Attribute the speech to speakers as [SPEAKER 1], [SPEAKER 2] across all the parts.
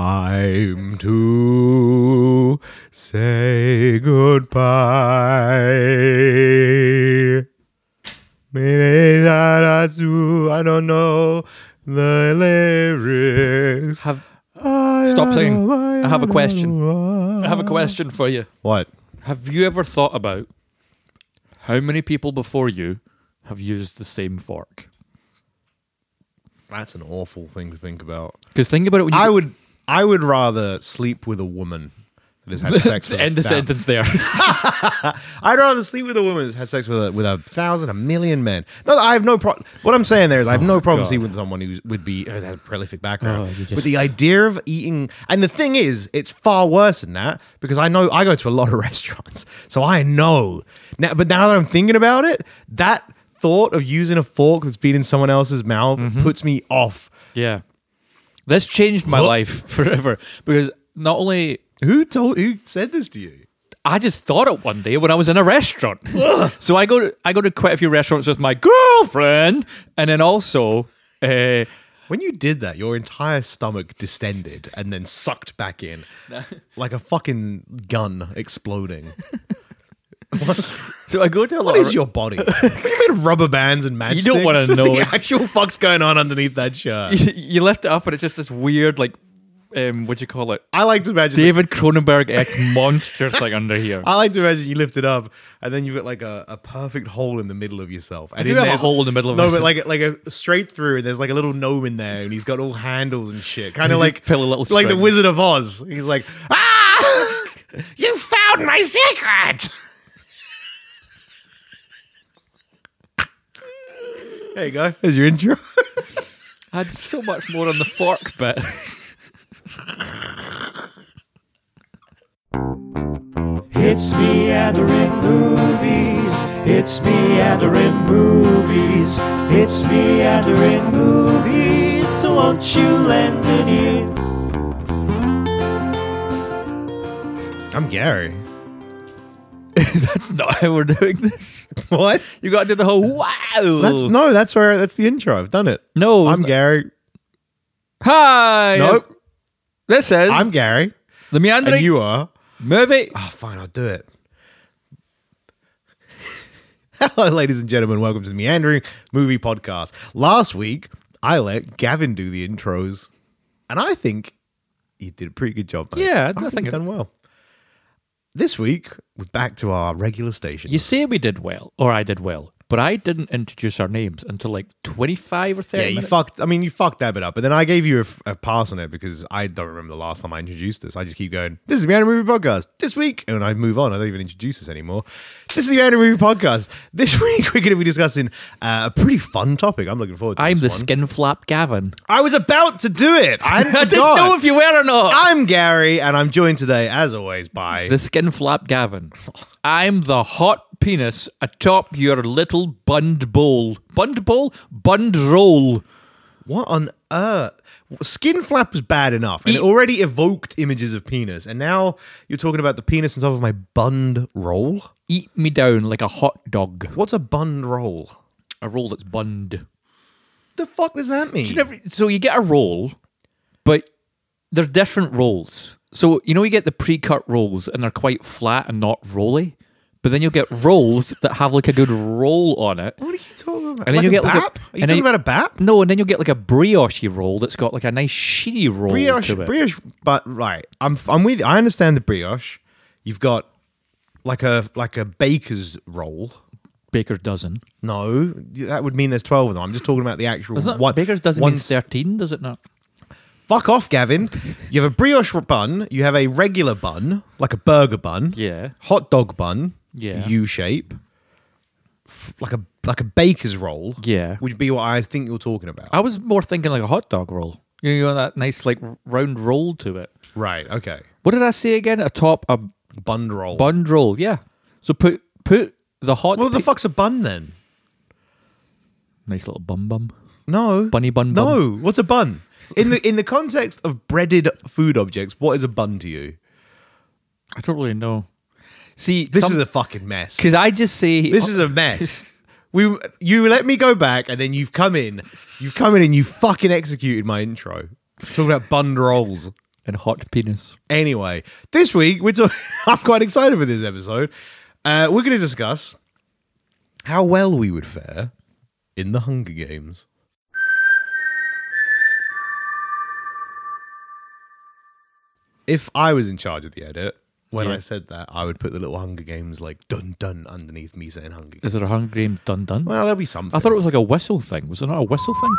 [SPEAKER 1] Time to say goodbye. I don't know the lyrics.
[SPEAKER 2] Have
[SPEAKER 1] I
[SPEAKER 2] Stop singing.
[SPEAKER 1] don't-
[SPEAKER 2] I have a question.
[SPEAKER 1] don't-
[SPEAKER 2] I have a question for you.
[SPEAKER 1] What?
[SPEAKER 2] Have you ever thought about how many people before you have used the same fork?
[SPEAKER 1] That's an awful thing to think about.
[SPEAKER 2] Because think about it when you
[SPEAKER 1] I would I would rather sleep with a woman that has had sex with a
[SPEAKER 2] end the
[SPEAKER 1] thou-
[SPEAKER 2] sentence there.
[SPEAKER 1] I'd rather sleep with a woman that's had sex with a, with a thousand, a million men. No, I have no problem. What I'm saying there is, I have no problem
[SPEAKER 2] Oh God.
[SPEAKER 1] sleeping with someone who would be who has a prolific background.
[SPEAKER 2] Oh, you
[SPEAKER 1] But
[SPEAKER 2] just-
[SPEAKER 1] the idea of eating, and the thing is, it's far worse than that because I know I go to a lot of restaurants, so I know. Now, but now that I'm thinking about it, that thought of using a fork that's been in someone else's mouth
[SPEAKER 2] Mm-hmm.
[SPEAKER 1] puts me off.
[SPEAKER 2] yeah, this changed my
[SPEAKER 1] What?
[SPEAKER 2] life forever because not only
[SPEAKER 1] Who told? Who said this to you?
[SPEAKER 2] I just thought it one day when I was in a restaurant. so I go to I go to quite a few restaurants with my girlfriend, and then also uh,
[SPEAKER 1] When you did that, your entire stomach distended and then sucked back in like a fucking gun exploding.
[SPEAKER 2] so I go to a lot.
[SPEAKER 1] What
[SPEAKER 2] of
[SPEAKER 1] is your body? What do you mean rubber bands and matchsticks?
[SPEAKER 2] You don't wanna know,
[SPEAKER 1] the
[SPEAKER 2] it's-
[SPEAKER 1] actual fuck's going on underneath that shirt.
[SPEAKER 2] you, you lift it up and it's just this weird like um, what do you call it?
[SPEAKER 1] I like to imagine.
[SPEAKER 2] David Cronenberg X monster thing under here.
[SPEAKER 1] I like to imagine you lift it up and then you've got like a, a perfect hole in the middle of yourself. And
[SPEAKER 2] do
[SPEAKER 1] in
[SPEAKER 2] have a
[SPEAKER 1] there's-
[SPEAKER 2] hole in the middle of
[SPEAKER 1] no,
[SPEAKER 2] myself.
[SPEAKER 1] but like like a straight through. And there's like a little gnome in there, and he's got all handles and shit, kind of
[SPEAKER 2] He's
[SPEAKER 1] like
[SPEAKER 2] just pull a little
[SPEAKER 1] like the
[SPEAKER 2] string.
[SPEAKER 1] Wizard of Oz. He's like, ah, you found my secret. there you go. There's your intro.
[SPEAKER 2] I had so much more on the fork bit.
[SPEAKER 3] It's meandering movies. It's meandering movies. It's meandering movies. So won't you lend an ear?
[SPEAKER 1] I'm Gary.
[SPEAKER 2] That's not how we're doing this.
[SPEAKER 1] What?
[SPEAKER 2] You got to do the whole wow.
[SPEAKER 1] That's no. That's where. That's the intro. I've done it.
[SPEAKER 2] No,
[SPEAKER 1] I'm
[SPEAKER 2] it's-
[SPEAKER 1] Gary.
[SPEAKER 2] Hi.
[SPEAKER 1] Nope.
[SPEAKER 2] This is
[SPEAKER 1] I'm Gary.
[SPEAKER 2] the
[SPEAKER 1] And
[SPEAKER 2] meandering
[SPEAKER 1] you are.
[SPEAKER 2] movie.
[SPEAKER 1] Oh, fine, I'll do it. Hello, ladies and gentlemen. Welcome to the Meandering Movie Podcast. Last week, I let Gavin do the intros, and I think he did a pretty good job. mate.
[SPEAKER 2] Yeah, I
[SPEAKER 1] I, think
[SPEAKER 2] think
[SPEAKER 1] you've
[SPEAKER 2] it-
[SPEAKER 1] done well. This week, we're back to our regular station.
[SPEAKER 2] You say we did well, or I did well, but I didn't introduce our names until like twenty-five or thirty.
[SPEAKER 1] yeah, you
[SPEAKER 2] minutes.
[SPEAKER 1] fucked. I mean, you fucked that bit up, but then I gave you a, f- a pass on it because I don't remember the last time I introduced this. I just keep going. This is the Meandering Movie Podcast this week, and I move on. I don't even introduce this anymore. This is the Meandering Movie Podcast this week. We're going to be discussing uh, a pretty fun topic. I'm looking forward to.
[SPEAKER 2] I'm the
[SPEAKER 1] this one.
[SPEAKER 2] skin flap Gavin.
[SPEAKER 1] I was about to do it. I, hadn't
[SPEAKER 2] I didn't
[SPEAKER 1] forgot.
[SPEAKER 2] know if you were or not.
[SPEAKER 1] I'm Gary, and I'm joined today, as always, by
[SPEAKER 2] the skin flap Gavin. I'm the hot penis atop your little bund bowl. Bund bowl? Bund roll.
[SPEAKER 1] what on earth? Skin flap was bad enough, and it
[SPEAKER 2] Eat-
[SPEAKER 1] already evoked images of penis, and now you're talking about the penis on top of my bund roll.
[SPEAKER 2] Eat me down like a hot dog.
[SPEAKER 1] What's a bun roll?
[SPEAKER 2] A roll that's bunned.
[SPEAKER 1] The fuck does that mean?
[SPEAKER 2] You never- so you get a roll, but they're different rolls. So you know you get the pre-cut rolls, and they're quite flat and not rolly. But then you'll get rolls that have like a good roll on it.
[SPEAKER 1] what are you talking about?
[SPEAKER 2] And
[SPEAKER 1] Like
[SPEAKER 2] then you
[SPEAKER 1] a
[SPEAKER 2] get like a-
[SPEAKER 1] bap? are you
[SPEAKER 2] and
[SPEAKER 1] talking about
[SPEAKER 2] then-
[SPEAKER 1] a bap?
[SPEAKER 2] No, and then you'll get like a brioche roll that's got like a nice sheeny roll
[SPEAKER 1] Brioche,
[SPEAKER 2] to it.
[SPEAKER 1] brioche, but right. I'm I'm with. you. I understand the brioche. You've got like a like a baker's roll.
[SPEAKER 2] Baker's dozen.
[SPEAKER 1] No, that would mean there's twelve of them. I'm just talking about the actual
[SPEAKER 2] Does not
[SPEAKER 1] one.
[SPEAKER 2] Baker's dozen
[SPEAKER 1] one
[SPEAKER 2] mean
[SPEAKER 1] s-
[SPEAKER 2] thirteen? Does it not?
[SPEAKER 1] Fuck off, Gavin. You have a brioche bun. You have a regular bun, like a burger bun.
[SPEAKER 2] Yeah.
[SPEAKER 1] Hot dog bun.
[SPEAKER 2] Yeah.
[SPEAKER 1] U shape. F- Like a like a baker's roll.
[SPEAKER 2] Yeah.
[SPEAKER 1] Would be what I think you're talking about.
[SPEAKER 2] I was more thinking like a hot dog roll. You know that nice like round roll to it.
[SPEAKER 1] Right. Okay.
[SPEAKER 2] What did I say again? Atop a
[SPEAKER 1] Bun roll.
[SPEAKER 2] bund roll. Yeah. So put put the hot.
[SPEAKER 1] What the
[SPEAKER 2] pe-
[SPEAKER 1] fuck's a bun then?
[SPEAKER 2] Nice little bum bum.
[SPEAKER 1] No.
[SPEAKER 2] Bunny bun bum.
[SPEAKER 1] No. What's a bun? In the in the context of breaded food objects, what is a bun to you?
[SPEAKER 2] I don't really know. See,
[SPEAKER 1] This is a fucking mess.
[SPEAKER 2] because I just say
[SPEAKER 1] This is a mess. We you let me go back and then you've come in. You've come in and you fucking executed my intro. Talking about bun rolls.
[SPEAKER 2] and hot penis.
[SPEAKER 1] Anyway, this week we're talking. I'm quite excited for this episode. Uh, we're going to discuss how well we would fare in the Hunger Games. If I was in charge of the edit, when I
[SPEAKER 2] Yeah.
[SPEAKER 1] said that, I would put the little Hunger Games like dun dun underneath me saying Hunger Games.
[SPEAKER 2] Is there a Hunger Game dun dun?
[SPEAKER 1] Well, there'll be something.
[SPEAKER 2] I thought it was like a whistle thing. Was it not a whistle thing?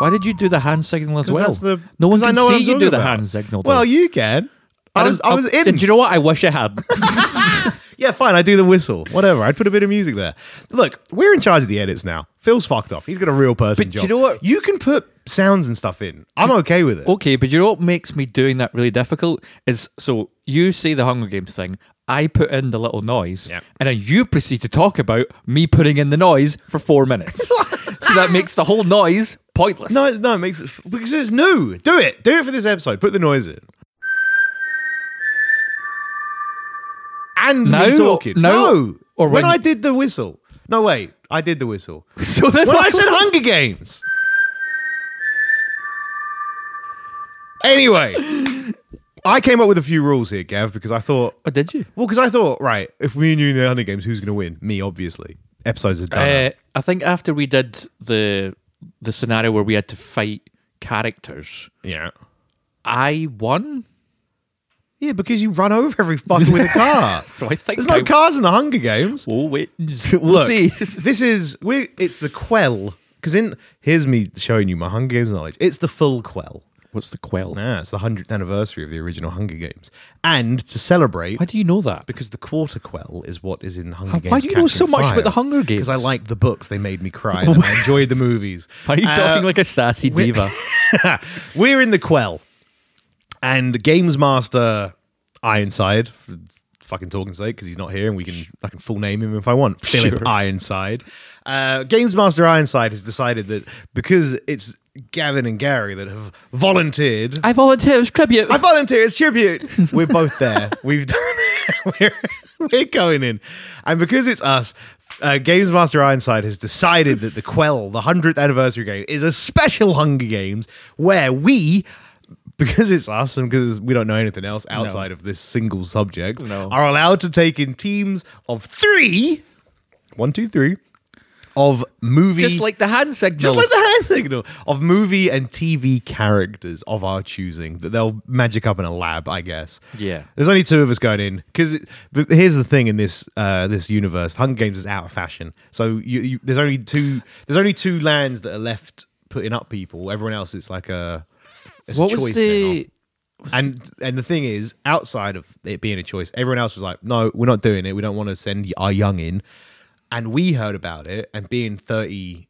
[SPEAKER 2] Why did you do the hand signal as
[SPEAKER 1] 'Cause
[SPEAKER 2] well?
[SPEAKER 1] that's the-
[SPEAKER 2] no one
[SPEAKER 1] 'cause I
[SPEAKER 2] can
[SPEAKER 1] know what
[SPEAKER 2] see
[SPEAKER 1] I'm
[SPEAKER 2] you do
[SPEAKER 1] talking
[SPEAKER 2] the
[SPEAKER 1] about.
[SPEAKER 2] hand signal. though.
[SPEAKER 1] Well, you can. I
[SPEAKER 2] don't-
[SPEAKER 1] was, I was
[SPEAKER 2] oh,
[SPEAKER 1] in.
[SPEAKER 2] Do you know what? I wish I had.
[SPEAKER 1] Yeah, fine. I do the whistle. Whatever. I'd put a bit of music there. Look, we're in charge of the edits now. Phil's fucked off. He's got a real person
[SPEAKER 2] But do
[SPEAKER 1] job.
[SPEAKER 2] you know what-
[SPEAKER 1] You can put sounds and stuff in. I'm okay with it.
[SPEAKER 2] okay, but you know what makes me doing that really difficult is so you say the Hunger Games thing. I put in the little noise,
[SPEAKER 1] Yeah.
[SPEAKER 2] and then you proceed to talk about me putting in the noise for four minutes. so that makes the whole noise pointless.
[SPEAKER 1] No, no, it makes it because it's new. Do it. Do it for this episode. Put the noise in. And
[SPEAKER 2] No,
[SPEAKER 1] me talking.
[SPEAKER 2] no,
[SPEAKER 1] no.
[SPEAKER 2] or
[SPEAKER 1] when
[SPEAKER 2] when-
[SPEAKER 1] I did the whistle. No, wait. I did the whistle.
[SPEAKER 2] So then
[SPEAKER 1] when I said Hunger Games. Anyway, I came up with a few rules here, Gav, because I thought,
[SPEAKER 2] Oh, did you?
[SPEAKER 1] well, because I thought, right, if we knew the Hunger Games, who's going to win? Me, obviously. Episodes are done.
[SPEAKER 2] Uh, I think after we did the the scenario where we had to fight characters,
[SPEAKER 1] yeah.
[SPEAKER 2] I won.
[SPEAKER 1] Yeah, because you run over every fucker with a car.
[SPEAKER 2] So I think
[SPEAKER 1] There's no
[SPEAKER 2] I-
[SPEAKER 1] cars in the Hunger Games.
[SPEAKER 2] Oh wait, we'll
[SPEAKER 1] Look,
[SPEAKER 2] see.
[SPEAKER 1] this is we. It's the quell. Because in here's me showing you my Hunger Games knowledge. It's the full quell.
[SPEAKER 2] What's the quell?
[SPEAKER 1] Yeah, it's the hundredth anniversary of the original Hunger Games, and to celebrate,
[SPEAKER 2] Why do you know that?
[SPEAKER 1] because the quarter quell is what is in Hunger
[SPEAKER 2] Why
[SPEAKER 1] Games.
[SPEAKER 2] do you know so much about the Hunger
[SPEAKER 1] Because I
[SPEAKER 2] Games?
[SPEAKER 1] like the books; they made me cry. and I enjoyed the movies.
[SPEAKER 2] Why are you
[SPEAKER 1] Uh,
[SPEAKER 2] talking like a sassy
[SPEAKER 1] we-
[SPEAKER 2] diva?
[SPEAKER 1] We're in the quell, and Games Master Ironside, for fucking talking sake, because he's not here, and we can I can full name him if I want. Philip
[SPEAKER 2] Sure.
[SPEAKER 1] Ironside. Uh, Games Master Ironside has decided that because it's Gavin and Gary that have volunteered
[SPEAKER 2] I volunteer as tribute.
[SPEAKER 1] I volunteer. It's tribute. We're both there. We've done it. We're, we're going in. And because it's us, uh, Games Master Ironside has decided that the Quell, the 100th anniversary game, is a special Hunger Games where we, because it's us and because we don't know anything else outside of this single subject,
[SPEAKER 2] No.
[SPEAKER 1] are allowed to take in teams of three, one, two, three, of movie.
[SPEAKER 2] just like the hand signal.
[SPEAKER 1] Just like the hand signal of movie and TV characters of our choosing that they'll magic up in a lab, I guess.
[SPEAKER 2] Yeah.
[SPEAKER 1] There's only two of us going in because here's the thing in this uh, this universe, Hunger Games is out of fashion. So you, you, there's only two there's only two lands that are left putting up people. Everyone else it's like a it's
[SPEAKER 2] what
[SPEAKER 1] a
[SPEAKER 2] was
[SPEAKER 1] choice now.
[SPEAKER 2] the?
[SPEAKER 1] And and the thing is, outside of it being a choice, everyone else was like, "No, we're not doing it. We don't want to send our young in." And we heard about it, and being thirty-one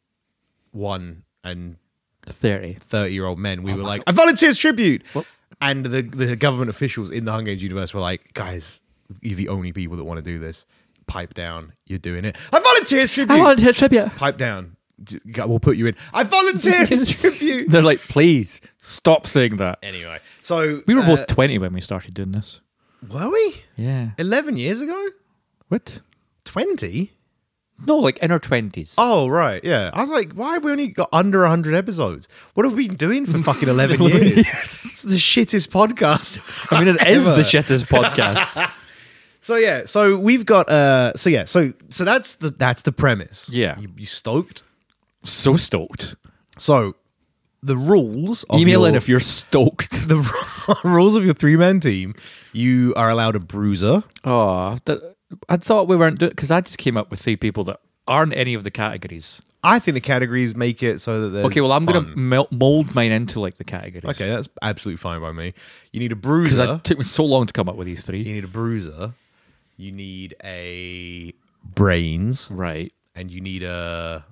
[SPEAKER 1] and
[SPEAKER 2] Thirty.
[SPEAKER 1] thirty-year-old men,
[SPEAKER 2] Oh
[SPEAKER 1] we were like, "I volunteer as tribute." And the the government officials in the Hunger Games universe were like, "Guys, you're the only people that want to do this. Pipe down. You're doing it. I volunteer as tribute.
[SPEAKER 2] I volunteer as tribute.
[SPEAKER 1] Pipe down. J- We'll put you in. I volunteer as tribute."
[SPEAKER 2] They're like, please stop saying that.
[SPEAKER 1] Anyway, so
[SPEAKER 2] We were
[SPEAKER 1] uh,
[SPEAKER 2] both twenty when we started doing this.
[SPEAKER 1] were we
[SPEAKER 2] Yeah.
[SPEAKER 1] eleven years ago?
[SPEAKER 2] What?
[SPEAKER 1] 20?
[SPEAKER 2] No, like in our twenties.
[SPEAKER 1] Oh, right. Yeah. I was like, why have we only got under 100 episodes? What have we been doing for fucking 11 years? It's the shittest podcast.
[SPEAKER 2] I mean, it is
[SPEAKER 1] ever.
[SPEAKER 2] the shittest podcast.
[SPEAKER 1] So, yeah. So we've got, uh, so yeah. So, so that's the, that's the premise.
[SPEAKER 2] Yeah.
[SPEAKER 1] You, you stoked?
[SPEAKER 2] so stoked.
[SPEAKER 1] So the rules of
[SPEAKER 2] Email
[SPEAKER 1] your,
[SPEAKER 2] in if you're stoked.
[SPEAKER 1] the rules of your three man team, you are allowed a bruiser.
[SPEAKER 2] Oh, th- I thought we weren't doing because I just came up with three people that aren't any of the categories.
[SPEAKER 1] I think the categories make it so that there's
[SPEAKER 2] Okay, well, I'm
[SPEAKER 1] fun.
[SPEAKER 2] gonna mel- mold mine into like the categories.
[SPEAKER 1] Okay, that's absolutely fine by me. You need a
[SPEAKER 2] because
[SPEAKER 1] bruiser.
[SPEAKER 2] it took me so long to come up with these three.
[SPEAKER 1] you need a bruiser, you need a brains,
[SPEAKER 2] Right.
[SPEAKER 1] and you need a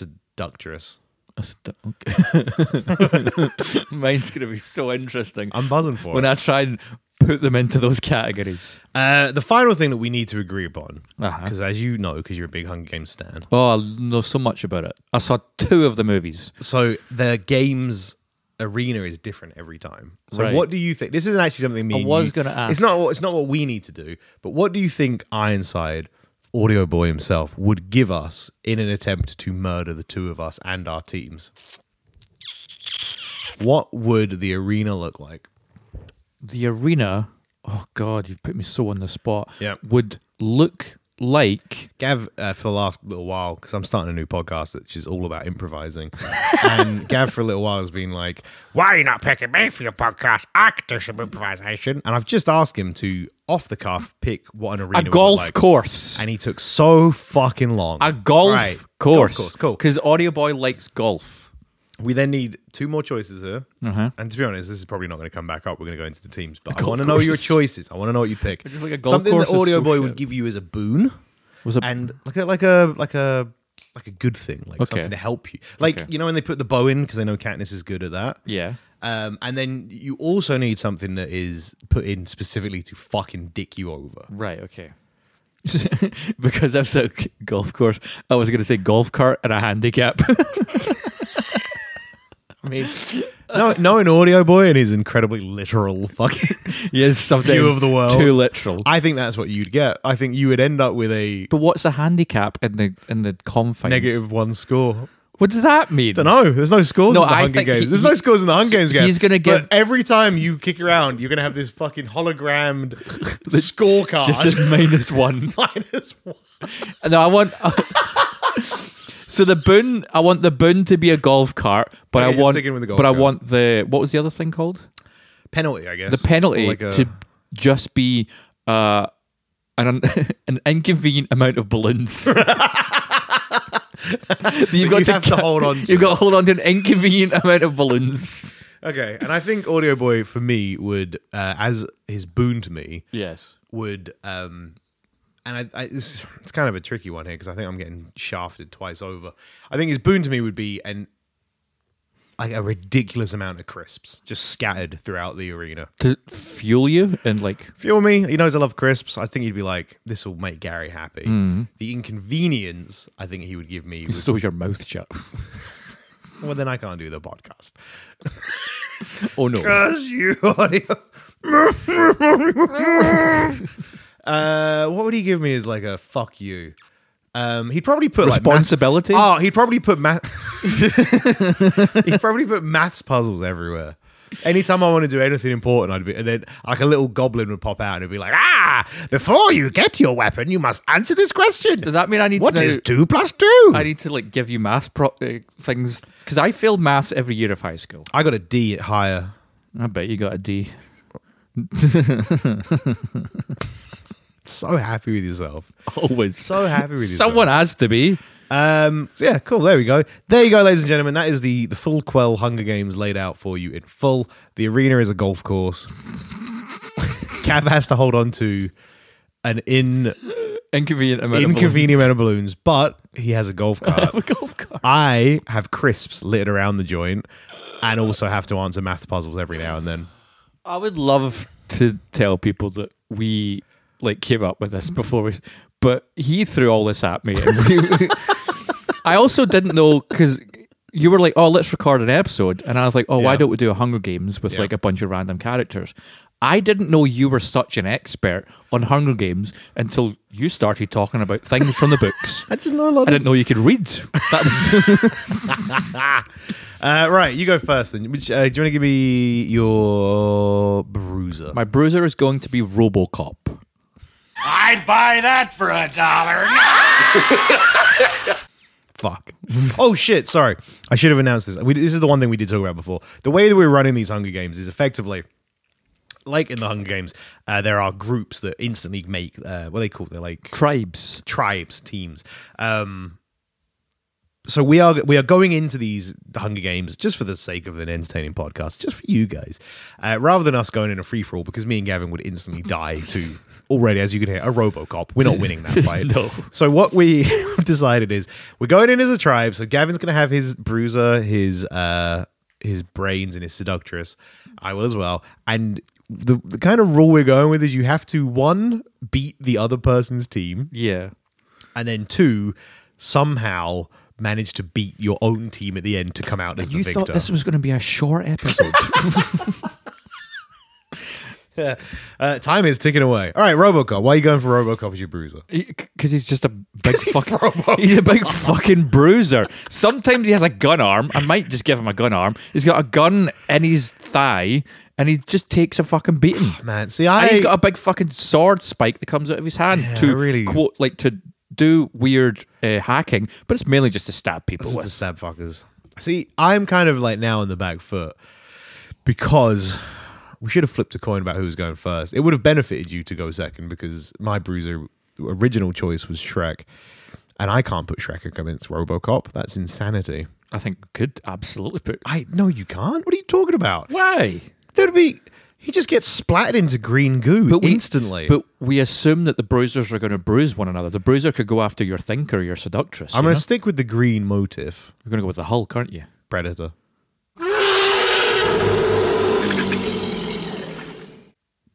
[SPEAKER 1] seductress.
[SPEAKER 2] I said that- okay. Mine's gonna be so interesting
[SPEAKER 1] I'm buzzing for
[SPEAKER 2] when
[SPEAKER 1] it.
[SPEAKER 2] I try and put them into those categories.
[SPEAKER 1] uh, the final thing that we need to agree upon,
[SPEAKER 2] Uh-huh.
[SPEAKER 1] because as you know, because you're a big Hunger Games stan,
[SPEAKER 2] Oh, I know so much about it. I saw two of the movies.
[SPEAKER 1] so the games arena is different every time. So
[SPEAKER 2] Right.
[SPEAKER 1] what do you think? This isn't actually something me.
[SPEAKER 2] I
[SPEAKER 1] and
[SPEAKER 2] was
[SPEAKER 1] you-
[SPEAKER 2] gonna ask.
[SPEAKER 1] It's not. what- It's not what we need to do. But what do you think Ironside? Audio Boy himself would give us in an attempt to murder the two of us and our teams. What would the arena look like?
[SPEAKER 2] the arena, oh God, you've put me so on the spot,
[SPEAKER 1] Yeah.
[SPEAKER 2] would look like
[SPEAKER 1] Gav, uh, for the last little while, because I'm starting a new podcast that's just all about improvising, and Gav for a little while has been like, "Why are you not picking me for your podcast? I could do some improvisation." And I've just asked him to off the cuff pick what an arena
[SPEAKER 2] a
[SPEAKER 1] would look
[SPEAKER 2] golf
[SPEAKER 1] like.
[SPEAKER 2] course.
[SPEAKER 1] and he took so fucking long.
[SPEAKER 2] A golf
[SPEAKER 1] Right.
[SPEAKER 2] course.
[SPEAKER 1] Golf course, cool.
[SPEAKER 2] Because Audio Boy likes golf.
[SPEAKER 1] We then need two more choices here.
[SPEAKER 2] Uh-huh.
[SPEAKER 1] And to be honest, this is probably not going to come back up. We're going to go into the teams, but I
[SPEAKER 2] Golf
[SPEAKER 1] want to know your
[SPEAKER 2] courses.
[SPEAKER 1] choices. I want to know what you pick.
[SPEAKER 2] just like a golf
[SPEAKER 1] Something that
[SPEAKER 2] course is
[SPEAKER 1] Audio
[SPEAKER 2] so
[SPEAKER 1] Boy
[SPEAKER 2] shit.
[SPEAKER 1] would give you as a boon,
[SPEAKER 2] Was a
[SPEAKER 1] and like a like a like a like a good thing, like
[SPEAKER 2] Okay.
[SPEAKER 1] something to help you. Like
[SPEAKER 2] Okay.
[SPEAKER 1] you know when they put the bow in because they know Katniss is good at that.
[SPEAKER 2] yeah.
[SPEAKER 1] Um, and then you also need something that is put in specifically to fucking dick you over.
[SPEAKER 2] Right, okay. because that's a g- golf course. I was going to say golf cart and a handicap.
[SPEAKER 1] I mean, no, knowing Audio Boy and his incredibly literal fucking
[SPEAKER 2] yes, sometimes
[SPEAKER 1] of the world.
[SPEAKER 2] too literal.
[SPEAKER 1] I think that's what you'd get. I think you would end up with a
[SPEAKER 2] but what's the handicap in the in the confines?
[SPEAKER 1] negative one score.
[SPEAKER 2] What does that mean?
[SPEAKER 1] Don't know. There's no scores
[SPEAKER 2] No,
[SPEAKER 1] in the
[SPEAKER 2] I
[SPEAKER 1] Hunger
[SPEAKER 2] think
[SPEAKER 1] Games.
[SPEAKER 2] he-
[SPEAKER 1] There's no
[SPEAKER 2] he-
[SPEAKER 1] scores in the Hunger Games. Gav.
[SPEAKER 2] he's gonna
[SPEAKER 1] But
[SPEAKER 2] give-
[SPEAKER 1] every time you kick around, you're gonna have this fucking hologrammed scorecard.
[SPEAKER 2] Just as minus one.
[SPEAKER 1] minus one.
[SPEAKER 2] No, I want. so the boon, I want the boon to be a golf cart, but
[SPEAKER 1] Okay,
[SPEAKER 2] I
[SPEAKER 1] you're
[SPEAKER 2] want,
[SPEAKER 1] sticking with the golf
[SPEAKER 2] but I
[SPEAKER 1] cart.
[SPEAKER 2] want the what was the other thing called?
[SPEAKER 1] penalty, I guess.
[SPEAKER 2] The penalty
[SPEAKER 1] Or like a-
[SPEAKER 2] to just be uh, an an inconvenient amount of balloons. That you've
[SPEAKER 1] you have to hold on to.
[SPEAKER 2] You've got to hold on to an inconvenient amount of balloons.
[SPEAKER 1] okay, and I think Audio Boy for me would, uh, as his boon to me,
[SPEAKER 2] Yes.
[SPEAKER 1] would um and I, I it's, it's kind of a tricky one here because I think I'm getting shafted twice over. I think his boon to me would be an like a ridiculous amount of crisps just scattered throughout the arena.
[SPEAKER 2] To fuel you and like
[SPEAKER 1] Fuel me, he knows I love crisps. I think he'd be like, this will make Gary happy.
[SPEAKER 2] Mm.
[SPEAKER 1] The inconvenience I think he would give me. Was,
[SPEAKER 2] sews your mouth shut.
[SPEAKER 1] well, then I can't do the podcast.
[SPEAKER 2] Oh no.
[SPEAKER 1] As you audio. uh, what would he give me as like a fuck you? Um, he'd probably put like, maths-
[SPEAKER 2] Responsibility?
[SPEAKER 1] oh, he'd probably put math. he'd probably put maths puzzles everywhere. Anytime I want to do anything important, I'd be and then like a little goblin would pop out and it'd be like, ah, before you get your weapon, you must answer this question.
[SPEAKER 2] Does that mean I need
[SPEAKER 1] What
[SPEAKER 2] to know-
[SPEAKER 1] is two plus two?
[SPEAKER 2] I need to like give you math pro- uh, things because I failed maths every year of high school.
[SPEAKER 1] I got a D at higher.
[SPEAKER 2] I bet you got a D.
[SPEAKER 1] So happy with yourself.
[SPEAKER 2] Always.
[SPEAKER 1] So happy with yourself.
[SPEAKER 2] Someone has to be.
[SPEAKER 1] Um, so yeah, cool. There we go. There you go, ladies and gentlemen. That is the the full Quell Hunger Games laid out for you in full. The arena is a golf course. Cav has to hold on to an in,
[SPEAKER 2] Inconvenient amount. of
[SPEAKER 1] inconvenient amount of balloons, but he has a golf cart.
[SPEAKER 2] balloons. golf cart.
[SPEAKER 1] I have crisps littered around the joint, and also have to answer math puzzles every now and then.
[SPEAKER 2] I would love to tell people that we like came up with this before we, but he threw all this at me. And we, I also didn't know because you were like, "Oh, let's record an episode," and I was like, "Oh, why
[SPEAKER 1] Yeah.
[SPEAKER 2] don't we do a Hunger Games with
[SPEAKER 1] Yeah.
[SPEAKER 2] like a bunch of random characters?" I didn't know you were such an expert on Hunger Games until you started talking about things from the books.
[SPEAKER 1] I just know a lot.
[SPEAKER 2] I didn't know you could read. That was
[SPEAKER 1] uh, right, you go first. Then, which uh, do you want to give me your bruiser?
[SPEAKER 2] My bruiser is going to be Robocop.
[SPEAKER 4] I'd buy that for a dollar.
[SPEAKER 1] Fuck. oh shit! Sorry, I should have announced this. We, this is the one thing we did talk about before. The way that we're running these Hunger Games is effectively, like in the Hunger Games, uh, there are groups that instantly make uh, what are they call they're like
[SPEAKER 2] Tribes.
[SPEAKER 1] tribes, teams. Um, so we are we are going into these Hunger Games just for the sake of an entertaining podcast, just for you guys, uh, rather than us going in a free for all because me and Gavin would instantly die to already, as you can hear, a RoboCop. We're not winning that fight.
[SPEAKER 2] No.
[SPEAKER 1] So what we decided is we're going in as a tribe. So Gavin's going to have his bruiser, his uh, his brains, and his seductress. I will as well. And the, the kind of rule we're going with is you have to one beat the other person's team
[SPEAKER 2] Yeah.
[SPEAKER 1] and then two somehow manage to beat your own team at the end to come out as
[SPEAKER 2] You
[SPEAKER 1] the
[SPEAKER 2] thought
[SPEAKER 1] victor.
[SPEAKER 2] this was going to be a short episode.
[SPEAKER 1] uh, time is ticking away. All right, RoboCop. Why are you going for RoboCop as your bruiser?
[SPEAKER 2] Because he's just a big fucking he's a big fucking bruiser. Sometimes he has a gun arm. I might just give him a gun arm. He's got a gun in his thigh, and he just takes a fucking beating.
[SPEAKER 1] man. See, I
[SPEAKER 2] and he's got a big fucking sword spike that comes out of his hand to
[SPEAKER 1] really-
[SPEAKER 2] quote like to do weird uh, hacking, but it's mainly just to stab people
[SPEAKER 1] just
[SPEAKER 2] with.
[SPEAKER 1] the stab fuckers. See, I'm kind of like now on the back foot because we should have flipped a coin about who was going first. It would have benefited you to go second because my bruiser original choice was Shrek, and I can't put Shrek against RoboCop. That's insanity.
[SPEAKER 2] I think we could absolutely put
[SPEAKER 1] I no, you can't. What are you talking about?
[SPEAKER 2] why,
[SPEAKER 1] There'd be he just gets splattered into green goo instantly.
[SPEAKER 2] But we assume that the bruisers are going to bruise one another. The bruiser could go after your thinker, your seductress.
[SPEAKER 1] I'm
[SPEAKER 2] you
[SPEAKER 1] going
[SPEAKER 2] know?
[SPEAKER 1] to stick with the green motif,
[SPEAKER 2] You're going to go with the Hulk, aren't you?
[SPEAKER 1] Predator.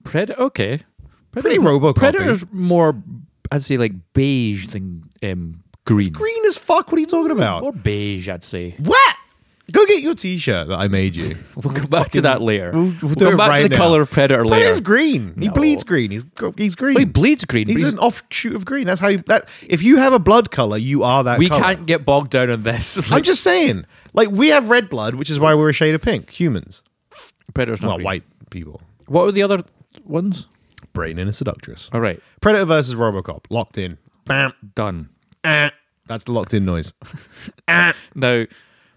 [SPEAKER 2] Pred okay,
[SPEAKER 1] Pretty Robocop-y.
[SPEAKER 2] Predator's more, I'd say, like beige than um, green.
[SPEAKER 1] Green as fuck. What are you talking about?
[SPEAKER 2] More beige, I'd say.
[SPEAKER 1] What? Go get your T-shirt that I made you.
[SPEAKER 2] We'll come back to that later.
[SPEAKER 1] We'll,
[SPEAKER 2] We'll,
[SPEAKER 1] we'll do
[SPEAKER 2] come
[SPEAKER 1] it
[SPEAKER 2] back
[SPEAKER 1] right
[SPEAKER 2] to the
[SPEAKER 1] now.
[SPEAKER 2] color of Predator
[SPEAKER 1] But
[SPEAKER 2] later.
[SPEAKER 1] he's green. He
[SPEAKER 2] No.
[SPEAKER 1] bleeds green. He's go- he's green.
[SPEAKER 2] Oh, he bleeds green. but
[SPEAKER 1] He's
[SPEAKER 2] he's-
[SPEAKER 1] an offshoot of green. That's how you, that. If you have a blood color, you are that.
[SPEAKER 2] we
[SPEAKER 1] color.
[SPEAKER 2] can't get bogged down on this.
[SPEAKER 1] I'm just saying. Like we have red blood, which is why we're a shade of pink. Humans,
[SPEAKER 2] Predator's not
[SPEAKER 1] well,
[SPEAKER 2] green.
[SPEAKER 1] white people.
[SPEAKER 2] What are the other ones?
[SPEAKER 1] Brain and a seductress.
[SPEAKER 2] All right,
[SPEAKER 1] Predator versus RoboCop. Locked in. Bam.
[SPEAKER 2] done.
[SPEAKER 1] Ah. That's the locked in noise.
[SPEAKER 2] Now,
[SPEAKER 1] Do you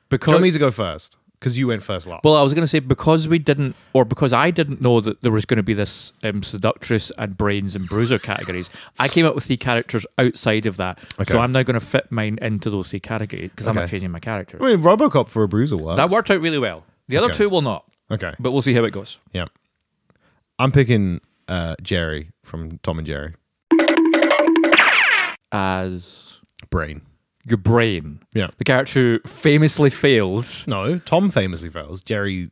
[SPEAKER 2] because
[SPEAKER 1] want me to go first? Because you went first last.
[SPEAKER 2] well, I was going to say because we didn't, or because I didn't know that there was going to be this um, seductress and brains and bruiser categories. I came up with the characters outside of that,
[SPEAKER 1] Okay.
[SPEAKER 2] so I'm now going to fit mine into those three categories because I'm not
[SPEAKER 1] Okay.
[SPEAKER 2] changing my characters.
[SPEAKER 1] I mean, RoboCop for a bruiser works.
[SPEAKER 2] That worked out really well. The other
[SPEAKER 1] Okay.
[SPEAKER 2] two will not,
[SPEAKER 1] Okay.
[SPEAKER 2] but we'll see how it goes.
[SPEAKER 1] Yeah. I'm picking uh, Jerry from Tom and Jerry.
[SPEAKER 2] As
[SPEAKER 1] Brain.
[SPEAKER 2] your brain,
[SPEAKER 1] Yeah.
[SPEAKER 2] the character who famously fails.
[SPEAKER 1] No, Tom famously fails. Jerry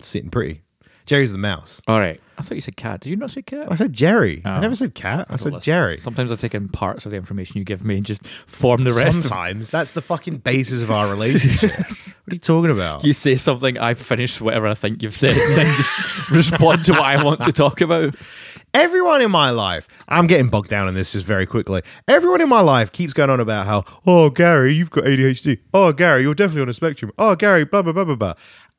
[SPEAKER 1] sitting pretty. Jerry's the mouse.
[SPEAKER 2] All right, I thought you said cat. Did you not say cat?
[SPEAKER 1] I said Jerry. I
[SPEAKER 2] Oh.
[SPEAKER 1] never said cat. I said
[SPEAKER 2] Listen,
[SPEAKER 1] Jerry.
[SPEAKER 2] Sometimes I take in parts of the information you give me and just form the rest. of-
[SPEAKER 1] Sometimes that's the fucking basis of our relationship. what are you talking about?
[SPEAKER 2] You say something, I finish whatever I think you've said, and then just respond to what I want to talk about.
[SPEAKER 1] Everyone in my life, I'm getting bogged down in this just very quickly. Everyone in my life keeps going on about how, oh, Gary, you've got ADHD. Oh, Gary, you're definitely on a spectrum. Oh, Gary, blah, blah, blah, blah, blah.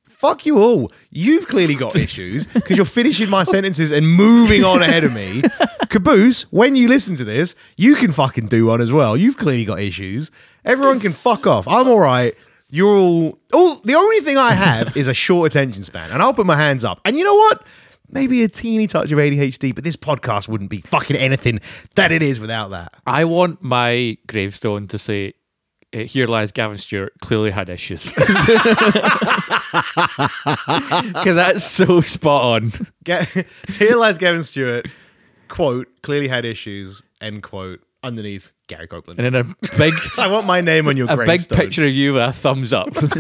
[SPEAKER 1] Fuck you all. You've clearly got issues because you're finishing my sentences and moving on ahead of me. Caboose, when you listen to this, you can fucking do one as well. You've clearly got issues. Everyone can fuck off. I'm all right. You're all. all the only thing I have is a short attention span, and I'll put my hands up. And you know what? Maybe a teeny touch of ADHD, but this podcast wouldn't be fucking anything that it is without that.
[SPEAKER 2] I want my gravestone to say, "Eh, "Here lies Gavin Stewart." Clearly had issues because that's so spot on.
[SPEAKER 1] Ga- Here lies Gavin Stewart, quote, clearly had issues, end quote, underneath Gary Copeland.
[SPEAKER 2] And then a big,
[SPEAKER 1] I want my name on your
[SPEAKER 2] a big
[SPEAKER 1] gravestone.
[SPEAKER 2] picture of you with a thumbs up. uh,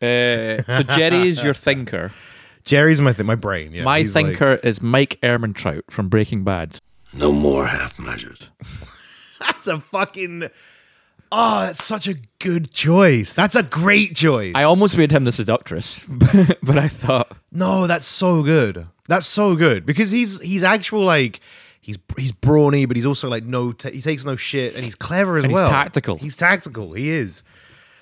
[SPEAKER 2] so Jerry is your thinker.
[SPEAKER 1] Jerry's my th- my brain. Yeah,
[SPEAKER 2] My
[SPEAKER 1] He's like-
[SPEAKER 2] thinker is Mike Ehrmantraut from Breaking Bad.
[SPEAKER 4] No more half measures.
[SPEAKER 1] that's a fucking. Oh, that's such a good choice. That's a great choice.
[SPEAKER 2] I almost made him the seductress, but I thought
[SPEAKER 1] No, that's so good. That's so good because he's he's actual like he's he's brawny, but he's also like no ta he takes no shit and he's clever as
[SPEAKER 2] And he's
[SPEAKER 1] well.
[SPEAKER 2] tactical.
[SPEAKER 1] He's tactical. He is.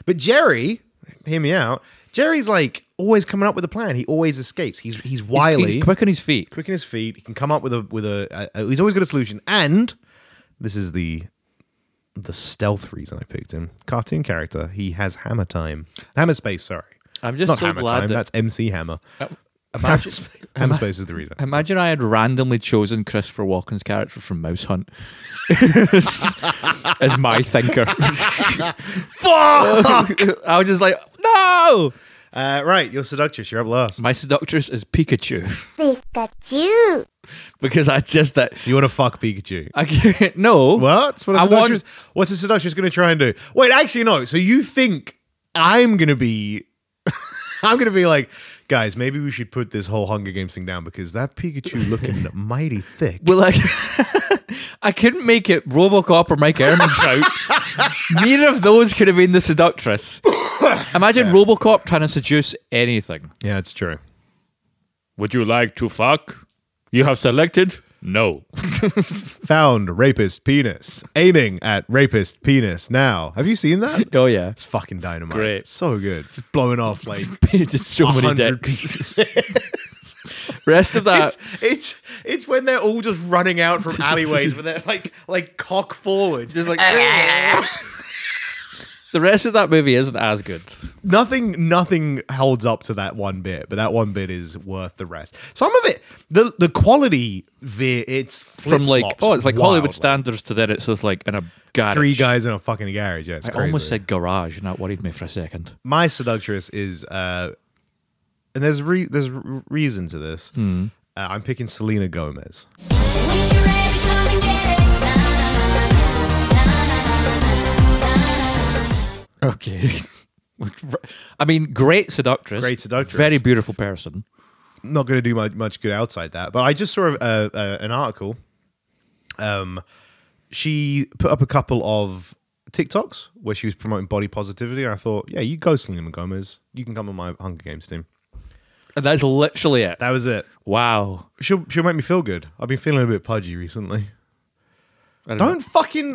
[SPEAKER 1] But Jerry, hear me out. Jerry's like always coming up with a plan. He always escapes. He's he's wily,
[SPEAKER 2] he's quick on his feet.
[SPEAKER 1] quick in his feet. He can come up with a with a. a he's always got a solution. And this is the the stealth reason I picked him. Cartoon character. He has hammer time. Hammer space. Sorry.
[SPEAKER 2] I'm just
[SPEAKER 1] Not
[SPEAKER 2] so
[SPEAKER 1] hammer
[SPEAKER 2] glad
[SPEAKER 1] time.
[SPEAKER 2] that- Oh.
[SPEAKER 1] That's MC Hammer. Hammer,
[SPEAKER 2] Imagine,
[SPEAKER 1] space, hammer space is the reason.
[SPEAKER 2] imagine I had randomly chosen Christopher Walken's character from Mouse Hunt as my thinker. I was just like, no.
[SPEAKER 1] Uh, right, you're seductress. You're up last.
[SPEAKER 2] My seductress is Pikachu
[SPEAKER 5] カチュウ
[SPEAKER 2] because I just that
[SPEAKER 1] Do you want to fuck Pikachu?
[SPEAKER 2] I can't, no.
[SPEAKER 1] What? That's What a
[SPEAKER 2] I want-
[SPEAKER 1] seductress? What's a seductress going to try and do? Wait, actually, no. So you think I'm going to be? I'm going to be like, guys, maybe we should put this whole Hunger Games thing down because that Pikachu looking mighty thick.
[SPEAKER 2] Well, I, I couldn't make it RoboCop or Mike Ehrmantraut. Neither of those could have been the seductress. Imagine RoboCop trying to seduce anything.
[SPEAKER 1] Yeah, it's true.
[SPEAKER 2] Would you like to fuck? You have selected No.
[SPEAKER 1] Found rapist penis. Aiming at rapist penis now. Have you seen that?
[SPEAKER 2] Oh yeah.
[SPEAKER 1] It's fucking dynamite.
[SPEAKER 2] Great.
[SPEAKER 1] So good. Just blowing off like
[SPEAKER 2] Painted so many
[SPEAKER 1] 100
[SPEAKER 2] dicks.
[SPEAKER 1] pieces.
[SPEAKER 2] Rest of that.
[SPEAKER 1] it's, it's it's when they're all just running out from alleyways when they're like like cock forwards. There's like
[SPEAKER 2] the rest of that movie isn't as good.
[SPEAKER 1] nothing nothing holds up to that one bit, but that one bit is worth the rest. Some of it the the quality there it's
[SPEAKER 2] From like
[SPEAKER 1] flip-flops
[SPEAKER 2] oh, it's like
[SPEAKER 1] wildly.
[SPEAKER 2] Hollywood standards to then it's just like in a garage.
[SPEAKER 1] Three guys in a fucking garage. Yeah, it's
[SPEAKER 2] I
[SPEAKER 1] crazy.
[SPEAKER 2] almost said garage, and that worried me for a second.
[SPEAKER 1] my seductress is uh and there's re- there's r- reason to this.
[SPEAKER 2] Hmm.
[SPEAKER 1] Uh, I'm picking Selena Gomez.
[SPEAKER 2] Okay. I mean, great seductress.
[SPEAKER 1] Great seductress.
[SPEAKER 2] Very beautiful person.
[SPEAKER 1] not going to do much, much good outside that. But I just saw a, a, a, an article. Um, she put up a couple of TikToks where she was promoting body positivity, and I thought, yeah, you go, Selena Gomez. You can come on my Hunger Games team.
[SPEAKER 2] And that's literally it.
[SPEAKER 1] That was it.
[SPEAKER 2] Wow.
[SPEAKER 1] She'll she'll make me feel good. I've been feeling a bit pudgy recently.
[SPEAKER 2] I don't know.
[SPEAKER 1] Don't fucking.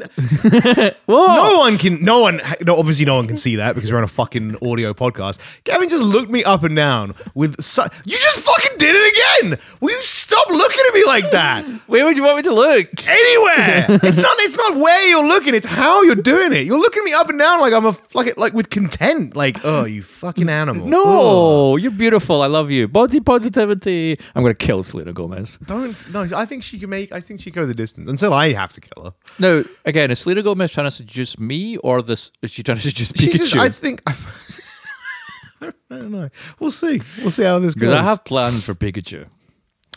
[SPEAKER 1] No one can. No one. No, obviously, no one can see that because we're on a fucking audio podcast. Gavin just looked me up and down with. Su- you just fucking did it again. Will you stop looking at me like that?
[SPEAKER 2] Where would you want me to look?
[SPEAKER 1] anywhere. it's not. It's not where you're looking. It's how you're doing it. You're looking me up and down like I'm a like like with content. Like oh, you fucking animal. Ugh.
[SPEAKER 2] No, you're beautiful. I love you. Body positivity. I'm gonna kill Selena Gomez.
[SPEAKER 1] don't. No, I think she can make. I think she can go the distance until I have to kill her.
[SPEAKER 2] No, again, is Selena Gomez trying to seduce me, or this? Is she trying to seduce
[SPEAKER 1] She
[SPEAKER 2] Pikachu?
[SPEAKER 1] just. I think. I don't know. We'll see. We'll see how this
[SPEAKER 2] 'Cause
[SPEAKER 1] goes.
[SPEAKER 2] I have plans for Pikachu.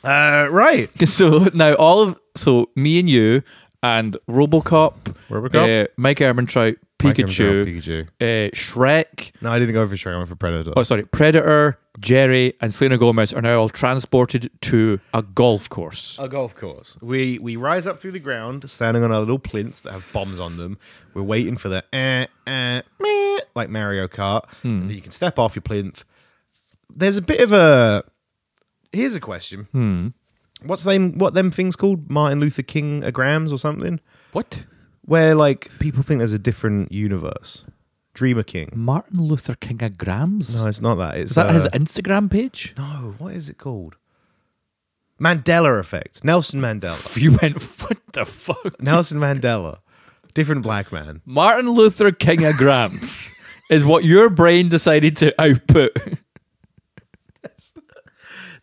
[SPEAKER 1] uh, right.
[SPEAKER 2] So now all of so me and you and RoboCop,
[SPEAKER 1] RoboCop?
[SPEAKER 2] uh, Mike Ehrmantraut,
[SPEAKER 1] Mike Ehrmantraut,
[SPEAKER 2] Pikachu, uh, Shrek.
[SPEAKER 1] No, I didn't go for sure. I went for predator.
[SPEAKER 2] Oh, sorry, Predator, Jerry, and Selena Gomez are now all transported to a golf course.
[SPEAKER 1] a golf course. We we rise up through the ground, standing on our little plinths that have bombs on them. We're waiting for the eh, eh, meh, like Mario Kart. And You can step off your plinth. There's a bit of a. Here's a question. What's them? What them things called? Martin Luther King uh, grams or something?
[SPEAKER 2] What?
[SPEAKER 1] Where like people think there's a different universe. Dreamer King.
[SPEAKER 2] Martin Luther King of grams?
[SPEAKER 1] No, it's not that. It's
[SPEAKER 2] Is that
[SPEAKER 1] uh,
[SPEAKER 2] his Instagram page?
[SPEAKER 1] No, what is it called? Mandela effect. Nelson Mandela.
[SPEAKER 2] You went, what the fuck?
[SPEAKER 1] Nelson Mandela, different black man.
[SPEAKER 2] Martin Luther King of grams is what your brain decided to output.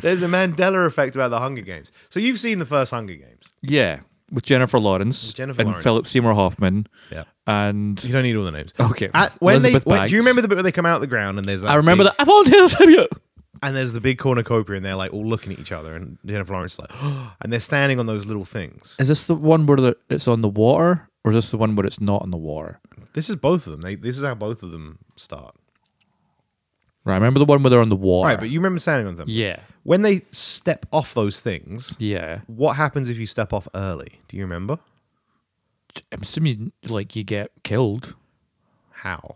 [SPEAKER 1] There's a Mandela effect about the Hunger Games. So you've seen the first Hunger Games.
[SPEAKER 2] yeah, with Jennifer Lawrence
[SPEAKER 1] Jennifer
[SPEAKER 2] and
[SPEAKER 1] Lawrence.
[SPEAKER 2] Philip Seymour Hoffman.
[SPEAKER 1] Yeah.
[SPEAKER 2] And
[SPEAKER 1] You don't need all the names.
[SPEAKER 2] Okay.
[SPEAKER 1] At- when they,
[SPEAKER 2] Elizabeth
[SPEAKER 1] when, do you
[SPEAKER 2] Banks.
[SPEAKER 1] remember the bit where they come out of the ground and there's that?
[SPEAKER 2] I remember
[SPEAKER 1] big-
[SPEAKER 2] that. I volunteer to tribute.
[SPEAKER 1] And there's the big cornucopia and they're like all looking at each other and Jennifer Lawrence is like, and they're standing on those little things.
[SPEAKER 2] Is this the one where the, it's on the water or is this the one where it's not on the water?
[SPEAKER 1] This is both of them. They, this is how both of them start.
[SPEAKER 2] Right, I remember the one where they're on the water.
[SPEAKER 1] Right, but you remember standing on them.
[SPEAKER 2] yeah.
[SPEAKER 1] When they step off those things,
[SPEAKER 2] Yeah.
[SPEAKER 1] what happens if you step off early? Do you remember?
[SPEAKER 2] I'm assuming like you get killed
[SPEAKER 1] How?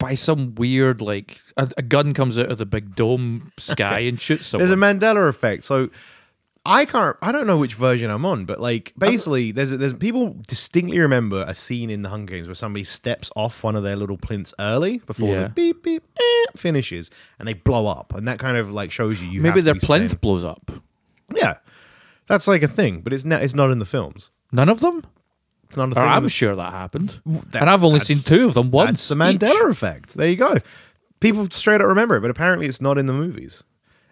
[SPEAKER 2] by some weird like a, a gun comes out of the big dome sky and shoots someone.
[SPEAKER 1] There's a Mandela effect. So I can't. I don't know which version I'm on, but like basically, there's there's people distinctly remember a scene in the Hunger Games where somebody steps off one of their little plinths early before
[SPEAKER 2] Yeah.
[SPEAKER 1] the beep beep eh, finishes, and they blow up, and that kind of like shows you you have
[SPEAKER 2] Maybe
[SPEAKER 1] to
[SPEAKER 2] their
[SPEAKER 1] be
[SPEAKER 2] plinth
[SPEAKER 1] staying-
[SPEAKER 2] blows up.
[SPEAKER 1] Yeah, that's like a thing, but it's not it's not in the films.
[SPEAKER 2] None of them?
[SPEAKER 1] It's not a
[SPEAKER 2] Or
[SPEAKER 1] thing. in
[SPEAKER 2] I'm
[SPEAKER 1] the-
[SPEAKER 2] sure that happened.
[SPEAKER 1] that-
[SPEAKER 2] and I've only seen
[SPEAKER 1] that's-
[SPEAKER 2] two of them
[SPEAKER 1] That's
[SPEAKER 2] once.
[SPEAKER 1] the Mandela
[SPEAKER 2] each.
[SPEAKER 1] effect. There you go. People straight up remember it, but apparently it's not in the movies.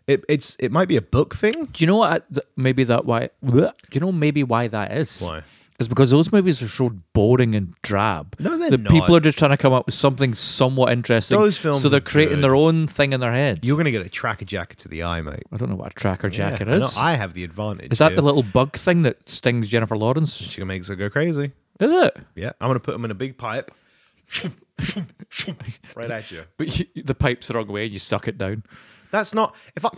[SPEAKER 1] It, it's it might be a book thing.
[SPEAKER 2] Do you know what? I- th- Maybe that why. bleh. Do you know maybe why that is?
[SPEAKER 1] Why?
[SPEAKER 2] It's because those movies are so boring and drab.
[SPEAKER 1] No, they're
[SPEAKER 2] The people
[SPEAKER 1] not.
[SPEAKER 2] are just trying to come up with something somewhat interesting.
[SPEAKER 1] Those films
[SPEAKER 2] so they're
[SPEAKER 1] are
[SPEAKER 2] creating
[SPEAKER 1] good.
[SPEAKER 2] their own thing in their head.
[SPEAKER 1] You're gonna get a tracker jacket to the eye, mate.
[SPEAKER 2] I don't know what a tracker jacket
[SPEAKER 1] Yeah, I know.
[SPEAKER 2] is.
[SPEAKER 1] I have the advantage.
[SPEAKER 2] is that
[SPEAKER 1] here.
[SPEAKER 2] the little bug thing that stings Jennifer Lawrence?
[SPEAKER 1] She makes her go crazy.
[SPEAKER 2] Is it?
[SPEAKER 1] Yeah, I'm gonna put them in a big pipe. right at you.
[SPEAKER 2] But you, the pipe's the wrong way and you suck it down.
[SPEAKER 1] That's not if I.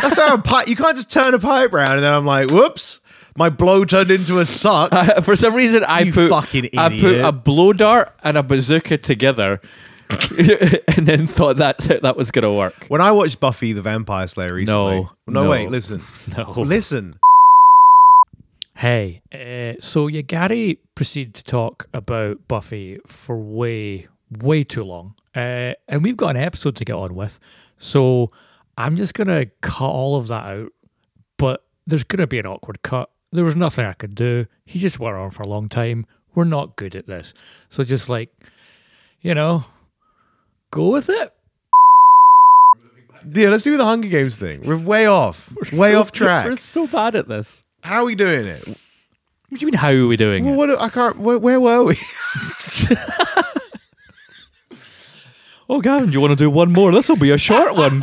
[SPEAKER 1] that's how a pipe. You can't just turn a pipe round and then I'm like, whoops, my blow turned into a suck.
[SPEAKER 2] For some reason, I
[SPEAKER 1] You
[SPEAKER 2] put
[SPEAKER 1] fucking
[SPEAKER 2] I put
[SPEAKER 1] idiot.
[SPEAKER 2] a blow dart and a bazooka together, and then thought that's it. That was gonna work.
[SPEAKER 1] when I watched Buffy the Vampire Slayer recently.
[SPEAKER 2] No,
[SPEAKER 1] no,
[SPEAKER 2] no.
[SPEAKER 1] wait, listen,
[SPEAKER 2] No.
[SPEAKER 1] listen.
[SPEAKER 6] Hey, uh, so yeah, Gary proceeded to talk about Buffy for way, way too long, uh, and we've got an episode to get on with, so I'm just gonna cut all of that out. But there's gonna be an awkward cut. There was nothing I could do. He just went on for a long time. We're not good at this, so just like, you know, go with it.
[SPEAKER 1] Yeah, let's do the Hunger Games thing. We're way off, way
[SPEAKER 2] So-
[SPEAKER 1] off track.
[SPEAKER 2] We're so bad at this.
[SPEAKER 1] How are we doing it?
[SPEAKER 2] What do you mean? How are we doing
[SPEAKER 1] Well,
[SPEAKER 2] it?
[SPEAKER 1] what I can't. Where, where were we?
[SPEAKER 2] Oh, Gavin, you want to do one more? This will be a short one.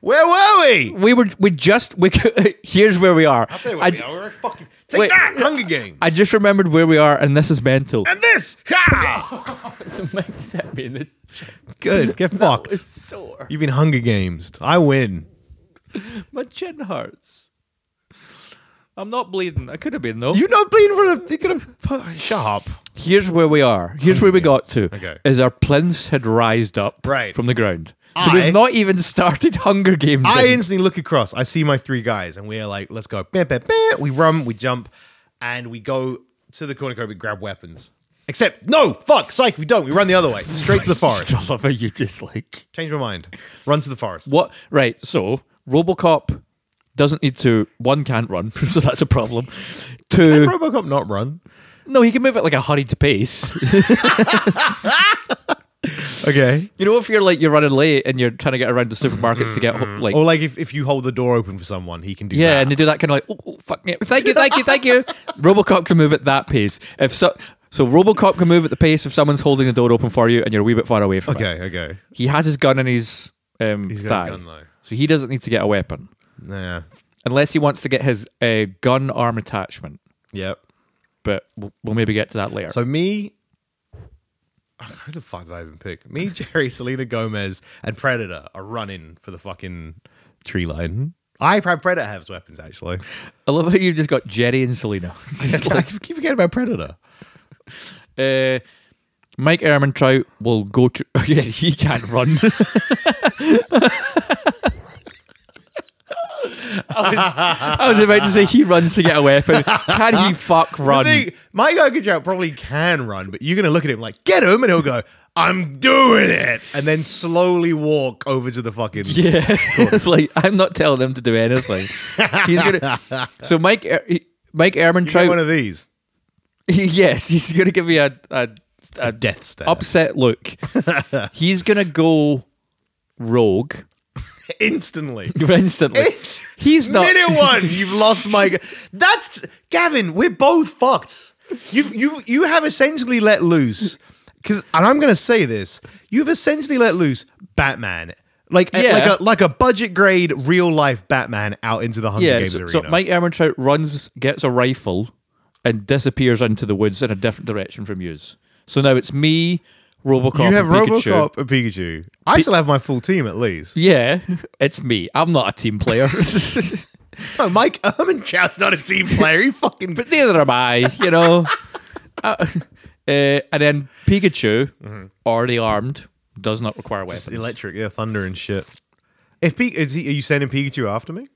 [SPEAKER 1] Where were we?
[SPEAKER 2] we were we just we could, here's where we are.
[SPEAKER 1] Tell you
[SPEAKER 2] I,
[SPEAKER 1] what, we are. We're fucking take
[SPEAKER 2] Wait.
[SPEAKER 1] that Hunger Games.
[SPEAKER 2] I just remembered where we are, and this is mental.
[SPEAKER 1] and this. Ha! Good. Get fucked.
[SPEAKER 2] sore.
[SPEAKER 1] You've been Hunger Games. I win.
[SPEAKER 2] My chin hurts. I'm not bleeding. I could have been though.
[SPEAKER 1] You're not bleeding for the. You could have. Shut up.
[SPEAKER 2] Here's where we are. Here's where we got to.
[SPEAKER 1] Mm. Okay.
[SPEAKER 2] Is our plinth had rised up
[SPEAKER 1] Right.
[SPEAKER 2] from the ground. So
[SPEAKER 1] I-
[SPEAKER 2] we've not even started Hunger Games.
[SPEAKER 1] I
[SPEAKER 2] in.
[SPEAKER 1] instantly look across. I see my three guys, and we're like, let's go. Bah, bah, bah. We run, we jump, and we go to the cornucopia, we grab weapons. Except, no, fuck, psych, we don't. We run the other way, straight to the forest.
[SPEAKER 2] I love how you just like
[SPEAKER 1] Change my mind. Run to the forest.
[SPEAKER 2] what? Right. So RoboCop doesn't need to. One can't run, so that's a problem. Two.
[SPEAKER 1] Robocop not run.
[SPEAKER 2] No, he can move at like a hurried pace.
[SPEAKER 1] Okay.
[SPEAKER 2] you know, if you're like you're running late and you're trying to get around the supermarkets to get home, like
[SPEAKER 1] Or like if, if you hold the door open for someone, he can do
[SPEAKER 2] yeah,
[SPEAKER 1] that.
[SPEAKER 2] and they do that kind of like oh, oh fuck me, thank you, thank you, thank you. RoboCop can move at that pace. If so, so RoboCop can move at the pace if someone's holding the door open for you and you're a wee bit far away from it.
[SPEAKER 1] okay, okay.
[SPEAKER 2] He has his gun in his um
[SPEAKER 1] He's got
[SPEAKER 2] thigh,
[SPEAKER 1] his gun though.
[SPEAKER 2] so he doesn't need to get a weapon
[SPEAKER 1] Yeah.
[SPEAKER 2] unless he wants to get his uh, gun arm attachment.
[SPEAKER 1] Yep.
[SPEAKER 2] But we'll, we'll maybe get to that later.
[SPEAKER 1] So me, ah, who the fuck did I even pick? Me, Jerry, Selena Gomez, and Predator are running for the fucking tree line. I have Predator has weapons actually.
[SPEAKER 2] I love how you've just got Jerry and Selena.
[SPEAKER 1] I keep forgetting about Predator.
[SPEAKER 2] Uh, Mike Ehrmantraut will go to. Yeah, he can't run. I, was, I was about to say he runs to get a weapon. Can he fuck
[SPEAKER 1] I
[SPEAKER 2] run?
[SPEAKER 1] think my guy Goodjout probably can run, but you're gonna look at him like get him, and he'll go, "I'm doing it," and then slowly walk over to the fucking.
[SPEAKER 2] Yeah, it's like I'm not telling him to do anything. He's gonna. So Mike, Er- he- Mike
[SPEAKER 1] You get one
[SPEAKER 2] Ehrmantraut.
[SPEAKER 1] of these.
[SPEAKER 2] he- yes, he's gonna give me a a, a
[SPEAKER 1] Death stare.
[SPEAKER 2] upset look. he's gonna go rogue
[SPEAKER 1] instantly.
[SPEAKER 2] instantly.
[SPEAKER 1] It's
[SPEAKER 2] He's not-
[SPEAKER 1] minute one. You've lost my. g- That's Gavin. We're both fucked. You you you have essentially let loose. Because and I'm gonna say this. You've essentially let loose Batman. Like a-
[SPEAKER 2] Yeah.
[SPEAKER 1] like a like a budget grade real life Batman out into the Hunger
[SPEAKER 2] Yeah,
[SPEAKER 1] Games
[SPEAKER 2] so,
[SPEAKER 1] arena.
[SPEAKER 2] so Mike Ehrmantraut runs, gets a rifle, and disappears into the woods in a different direction from yous. So now it's me, RoboCop,
[SPEAKER 1] you have
[SPEAKER 2] and Pikachu.
[SPEAKER 1] RoboCop and Pikachu. I still have my full team at least.
[SPEAKER 2] Yeah, it's me. I'm not a team player.
[SPEAKER 1] No, Mike Ermantrout's not a team player. He fucking
[SPEAKER 2] but neither am I, you know. Uh, uh, and then Pikachu,
[SPEAKER 1] Mm-hmm.
[SPEAKER 2] already armed, does not require weapons.
[SPEAKER 1] electric, yeah, thunder and shit. If Pikachu, is he, are you sending Pikachu after me?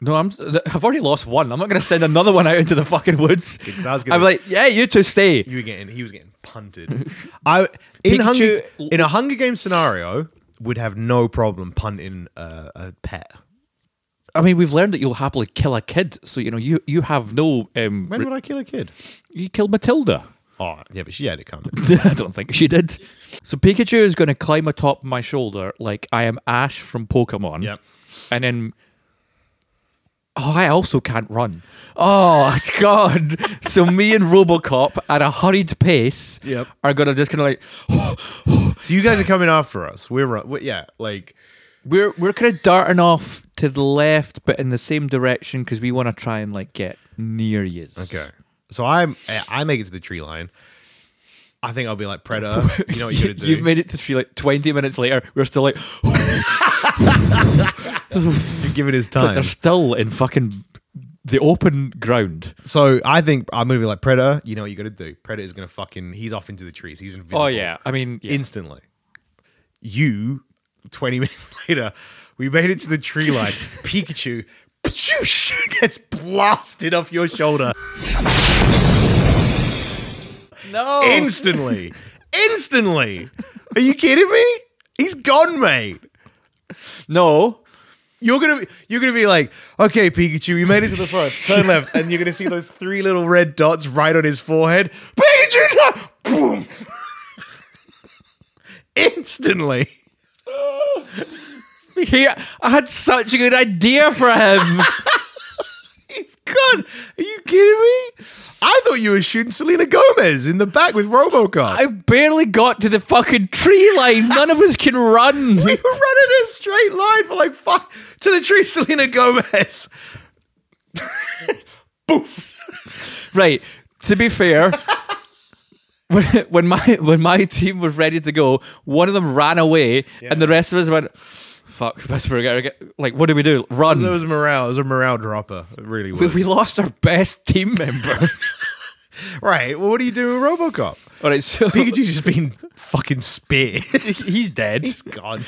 [SPEAKER 2] no, I'm. I've already lost one. I'm not going to send another one out into the fucking woods.
[SPEAKER 1] Because I was gonna-
[SPEAKER 2] I'm like, yeah, you two stay.
[SPEAKER 1] You were getting he was getting punted. I in
[SPEAKER 2] Pikachu-
[SPEAKER 1] Hunger in a Hunger Games scenario would have no problem punting uh, a pet.
[SPEAKER 2] I mean, we've learned that you'll happily kill a kid, so you know you you have no. Um,
[SPEAKER 1] When would I kill a kid?
[SPEAKER 2] You killed Matilda.
[SPEAKER 1] Oh yeah, but she had it coming.
[SPEAKER 2] I don't think she did. So Pikachu is going to climb atop my shoulder like I am Ash from Pokemon.
[SPEAKER 1] Yep.
[SPEAKER 2] And then. Oh, I also can't run. Oh, God. so me and Robocop at a hurried pace
[SPEAKER 1] Yep.
[SPEAKER 2] are going to just kind of like.
[SPEAKER 1] so you guys are coming after us. We're, ru- we yeah, like
[SPEAKER 2] We're, we're kind of darting off to the left, but in the same direction because we want to try and like get near you.
[SPEAKER 1] okay. So I'm eh, I make it to the tree line. I think I'll be like predator. You know what you gotta do.
[SPEAKER 2] You've made it to three, like 20 minutes later. We're still like.
[SPEAKER 1] You give it his
[SPEAKER 2] It's like
[SPEAKER 1] time.
[SPEAKER 2] they're still in fucking the open ground.
[SPEAKER 1] so I think I'm gonna be like predator. You know what you gotta do. Predator's gonna fucking. He's off into the trees. He's invisible.
[SPEAKER 2] Oh yeah, I mean, yeah.
[SPEAKER 1] instantly. You, 20 minutes later, we made it to the tree line. Pikachu gets blasted off your shoulder
[SPEAKER 2] No.
[SPEAKER 1] Oh. instantly. instantly. Are you kidding me? He's gone, mate.
[SPEAKER 2] no.
[SPEAKER 1] You're gonna be, you're gonna be like, okay, Pikachu, you made it to the front, turn left, and you're gonna see those three little red dots right on his forehead. Pikachu, no! boom, instantly.
[SPEAKER 2] He, I had such a good idea for him.
[SPEAKER 1] He's gone. Are you kidding me? I thought you were shooting Selena Gomez in the back with RoboCop.
[SPEAKER 2] I barely got to the fucking tree line. None of us can run.
[SPEAKER 1] we were running a straight line for like five to the tree, Selena Gomez.
[SPEAKER 2] Right. To be fair, when, when my when my team was ready to go, one of them ran away, and the rest of us went, "Fuck, that's where we gotta get." Like, what do we do? Run.
[SPEAKER 1] It was morale. It was a morale dropper. It really
[SPEAKER 2] we,
[SPEAKER 1] was.
[SPEAKER 2] we lost our best team member.
[SPEAKER 1] right. Well, what do you do with RoboCop?
[SPEAKER 2] All right, so
[SPEAKER 1] Pikachu's just been fucking speared.
[SPEAKER 2] he's dead.
[SPEAKER 1] He's gone.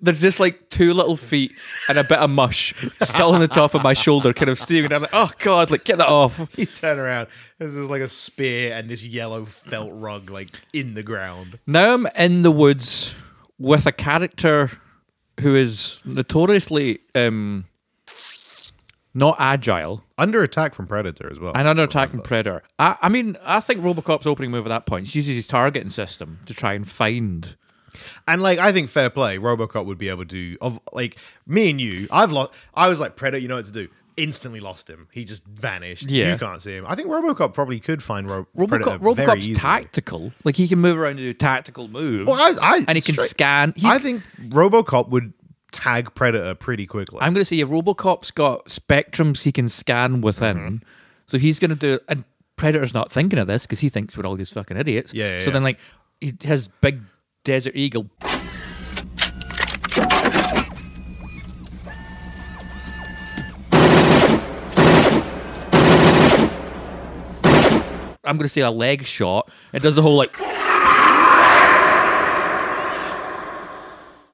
[SPEAKER 2] There's just like two little feet and a bit of mush still on the top of my shoulder, kind of steaming. I'm like, oh god, like get that off.
[SPEAKER 1] You turn around. This is like a spear and this yellow felt rug, like in the ground.
[SPEAKER 2] Now I'm in the woods with a character who is notoriously um, not agile
[SPEAKER 1] Under attack from Predator as well.
[SPEAKER 2] and under attack and predator. I, I mean, I think Robocop's opening move at that point. She uses his targeting system to try and find.
[SPEAKER 1] And like, I think fair play, RoboCop would be able to. Of like me and you, I've lost. I was like Predator. You know what to do. Instantly lost him. He just vanished.
[SPEAKER 2] Yeah.
[SPEAKER 1] you can't see him. I think RoBoCop probably could find Ro- Predator
[SPEAKER 2] Robocop,
[SPEAKER 1] very
[SPEAKER 2] Robocop's
[SPEAKER 1] easily.
[SPEAKER 2] tactical. Like he can move around and do tactical moves.
[SPEAKER 1] Well, I, I
[SPEAKER 2] and he can
[SPEAKER 1] straight-
[SPEAKER 2] scan. He's,
[SPEAKER 1] I think RoboCop would tag Predator pretty quickly.
[SPEAKER 2] I'm going to say if Robocop's got spectrums he can scan within,
[SPEAKER 1] Mm-hmm.
[SPEAKER 2] so he's going to do. And Predator's not thinking of this because he thinks we're all these fucking idiots.
[SPEAKER 1] Yeah, yeah,
[SPEAKER 2] so
[SPEAKER 1] yeah.
[SPEAKER 2] then, like, he, his big desert eagle. I'm going to say a leg shot. It does the whole like.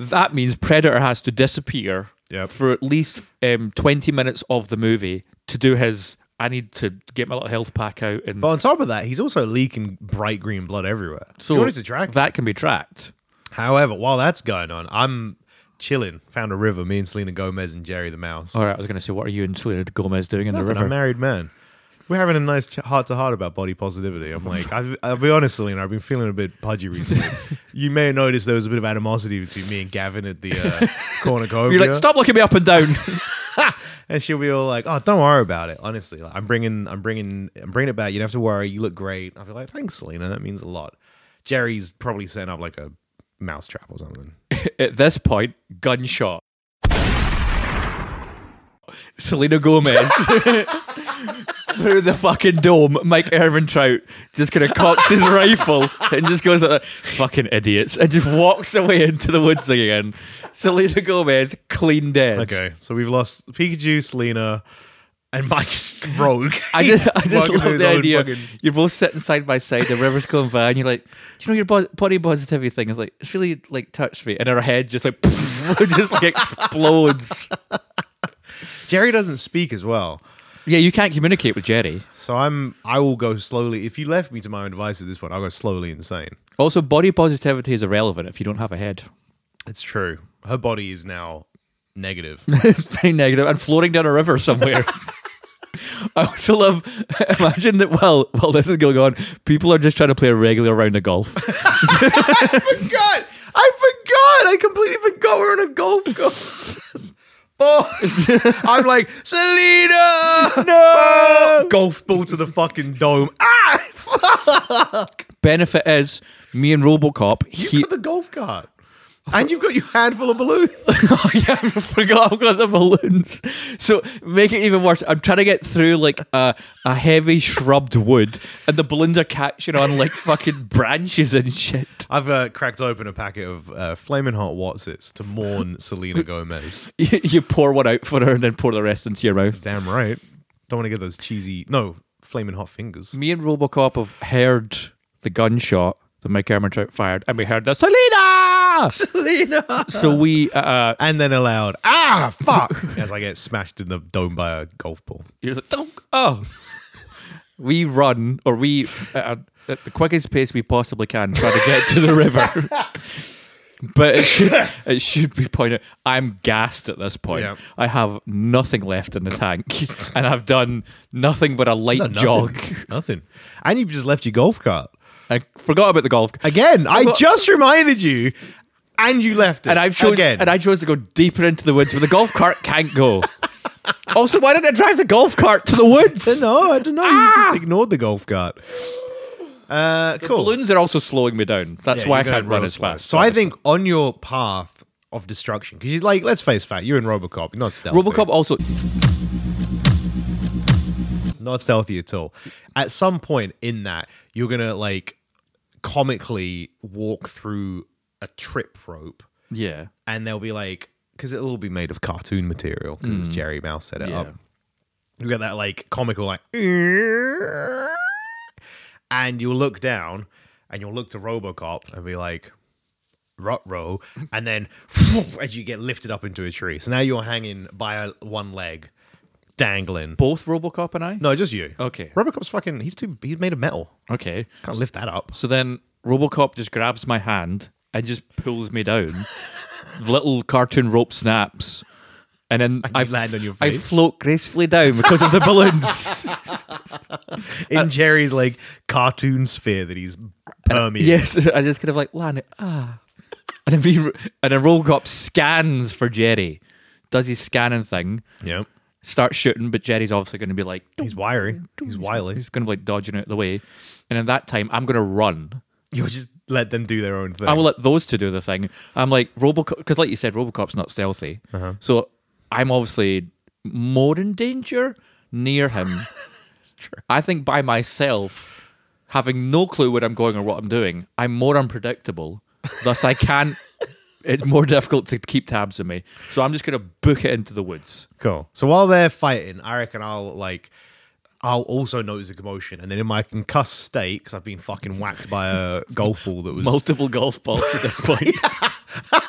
[SPEAKER 2] That means Predator has to disappear
[SPEAKER 1] Yep.
[SPEAKER 2] for at least um, 20 minutes of the movie to do his. I need to get my little health pack out, and
[SPEAKER 1] but on top of that, he's also leaking bright green blood everywhere. So you wanted to track. him.
[SPEAKER 2] that can be tracked.
[SPEAKER 1] However, while that's going on, I'm chilling. Found a river. Me and Selena Gomez and Jerry the Mouse.
[SPEAKER 2] All right, I was going to say, what are you and Selena Gomez doing in Oh, the
[SPEAKER 1] Nothing, I'm a
[SPEAKER 2] river?
[SPEAKER 1] married man. We're having a nice ch- heart to heart about body positivity. I'm like, I've, I'll be honest, Selena, I've been feeling a bit pudgy recently. you may have noticed there was a bit of animosity between me and Gavin at the uh, cornucopia.
[SPEAKER 2] You're like, stop looking me up and down.
[SPEAKER 1] And she'll be all like, "Oh, don't worry about it. Honestly, like, I'm bringing, I'm bringing, I'm bringing it back. You don't have to worry. You look great." I'll be like, "Thanks, Selena. That means a lot." Jerry's probably setting up like a mousetrap or something.
[SPEAKER 2] At this point, gunshot. Selena Gomez through the fucking dome. Mike Ehrmantraut just kind of cocks his rifle and just goes like, that, "Fucking idiots!" and just walks away into the woods again. Selena Gomez, clean dead.
[SPEAKER 1] Okay, so we've lost Pikachu, Selena, and Mike's rogue.
[SPEAKER 2] I just, I just
[SPEAKER 1] Welcome to
[SPEAKER 2] love
[SPEAKER 1] his
[SPEAKER 2] the
[SPEAKER 1] own
[SPEAKER 2] idea.
[SPEAKER 1] fucking-
[SPEAKER 2] You're both sitting side by side. The river's going by, and you're like, "Do you know your bo- body positivity thing?" Is like, "It's really like touched me," and her head just like, just like explodes.
[SPEAKER 1] Jerry doesn't speak as well.
[SPEAKER 2] Yeah, you can't communicate with Jerry.
[SPEAKER 1] So I'm I will go slowly. If you left me to my own devices at this point, I'll go slowly insane.
[SPEAKER 2] Also, body positivity is irrelevant if you don't have a head.
[SPEAKER 1] It's true. Her body is now negative.
[SPEAKER 2] it's very negative and floating down a river somewhere. I also love. Imagine that while while this is going on, people are just trying to play a regular round of golf.
[SPEAKER 1] forgot. I forgot. I completely forgot we're on a golf course. Oh, I'm like Selena.
[SPEAKER 2] no.
[SPEAKER 1] Golf ball to the fucking dome. Ah,
[SPEAKER 2] Benefit is me and RoboCop.
[SPEAKER 1] you
[SPEAKER 2] he-
[SPEAKER 1] got the golf cart, and you've got your handful of balloons.
[SPEAKER 2] oh yeah, I forgot I've got the balloons. So make it even worse. I'm trying to get through like a, a heavy shrubbed wood, and the balloons are catching on like fucking branches and shit.
[SPEAKER 1] I've uh, cracked open a packet of uh, flaming hot Watsits to mourn Selena Gomez.
[SPEAKER 2] You, you pour one out for her, and then pour the rest into your mouth.
[SPEAKER 1] Damn right. Don't want to get those cheesy. No, flaming hot fingers.
[SPEAKER 2] Me and RoboCop have heard the gunshot. that Mike Cameron Trout fired, and we heard the Selena.
[SPEAKER 1] Selena.
[SPEAKER 2] so we uh, uh,
[SPEAKER 1] And then aloud, ah, fuck, as I get smashed in the dome by a golf ball.
[SPEAKER 2] you're like, "Don't- oh, we run or we uh, at the quickest pace we possibly can try to get to the river. But it should, it should be pointed. I'm gassed at this point.
[SPEAKER 1] Yeah.
[SPEAKER 2] I have nothing left in the tank, and I've done nothing but a light
[SPEAKER 1] No, nothing.
[SPEAKER 2] jog.
[SPEAKER 1] Nothing. And you've just left your golf cart.
[SPEAKER 2] I forgot about the golf.
[SPEAKER 1] Again, I
[SPEAKER 2] got-
[SPEAKER 1] just reminded you, and you left it.
[SPEAKER 2] and I've chosen
[SPEAKER 1] Again.
[SPEAKER 2] and I chose to go deeper into the woods where the golf cart can't go. also, why didn't I drive the golf cart to the woods?
[SPEAKER 1] no, I don't know.
[SPEAKER 2] Ah!
[SPEAKER 1] You just ignored the golf cart. Uh, cool.
[SPEAKER 2] Balloons are also slowing me down. That's
[SPEAKER 1] Yeah,
[SPEAKER 2] why I
[SPEAKER 1] you're going
[SPEAKER 2] can't run
[SPEAKER 1] real
[SPEAKER 2] as
[SPEAKER 1] slow.
[SPEAKER 2] fast.
[SPEAKER 1] So I think on your path of destruction, because like, let's face fact, you're in RoboCop, you're not stealthy.
[SPEAKER 2] RoboCop also
[SPEAKER 1] not stealthy at all. At some point in that, you're gonna like comically walk through a trip rope,
[SPEAKER 2] yeah.
[SPEAKER 1] and they'll be like, because it'll all be made of cartoon material, because it's Jerry Mouse set it
[SPEAKER 2] Mm. Yeah.
[SPEAKER 1] up. You get that like comical like, and you'll look down, and you'll look to RoboCop and be like. Rut row, and then as you get lifted up into a tree, so now you're hanging by a, one leg, dangling.
[SPEAKER 2] Both RoboCop and I.
[SPEAKER 1] No, just you.
[SPEAKER 2] Okay.
[SPEAKER 1] Robocop's fucking. He's too. He's made of metal.
[SPEAKER 2] Okay.
[SPEAKER 1] Can't lift that up.
[SPEAKER 2] So then RoboCop just grabs my hand and just pulls me down. The Little cartoon rope snaps. And then
[SPEAKER 1] you
[SPEAKER 2] I
[SPEAKER 1] land on your
[SPEAKER 2] I
[SPEAKER 1] face.
[SPEAKER 2] float gracefully down because of the balloons. Uh,
[SPEAKER 1] In Jerry's like cartoon sphere that he's permeating.
[SPEAKER 2] Yes, I just kind of like land it. Ah, and then we, and then Robocop scans for Jerry, does his scanning thing,
[SPEAKER 1] Yep.
[SPEAKER 2] starts shooting, but Jerry's obviously going to be like,
[SPEAKER 1] He's wiry. He's wily.
[SPEAKER 2] he's going to be like dodging out of the way, and in that time, I'm going to run.
[SPEAKER 1] You just let them do their own thing.
[SPEAKER 2] I will let those two do the thing. I'm like Robocop, because like you said, Robocop's not stealthy,
[SPEAKER 1] Uh-huh.
[SPEAKER 2] so I'm obviously more in danger near him. I think by myself, having no clue where I'm going or what I'm doing, I'm more unpredictable. Thus, I can't. It's more difficult to keep tabs on me, so I'm just gonna book it into the woods.
[SPEAKER 1] Cool. So while they're fighting, I reckon I'll like. I'll also notice a commotion, and then in my concussed state, because I've been fucking whacked by a golf ball that was.
[SPEAKER 2] Multiple golf balls at this point.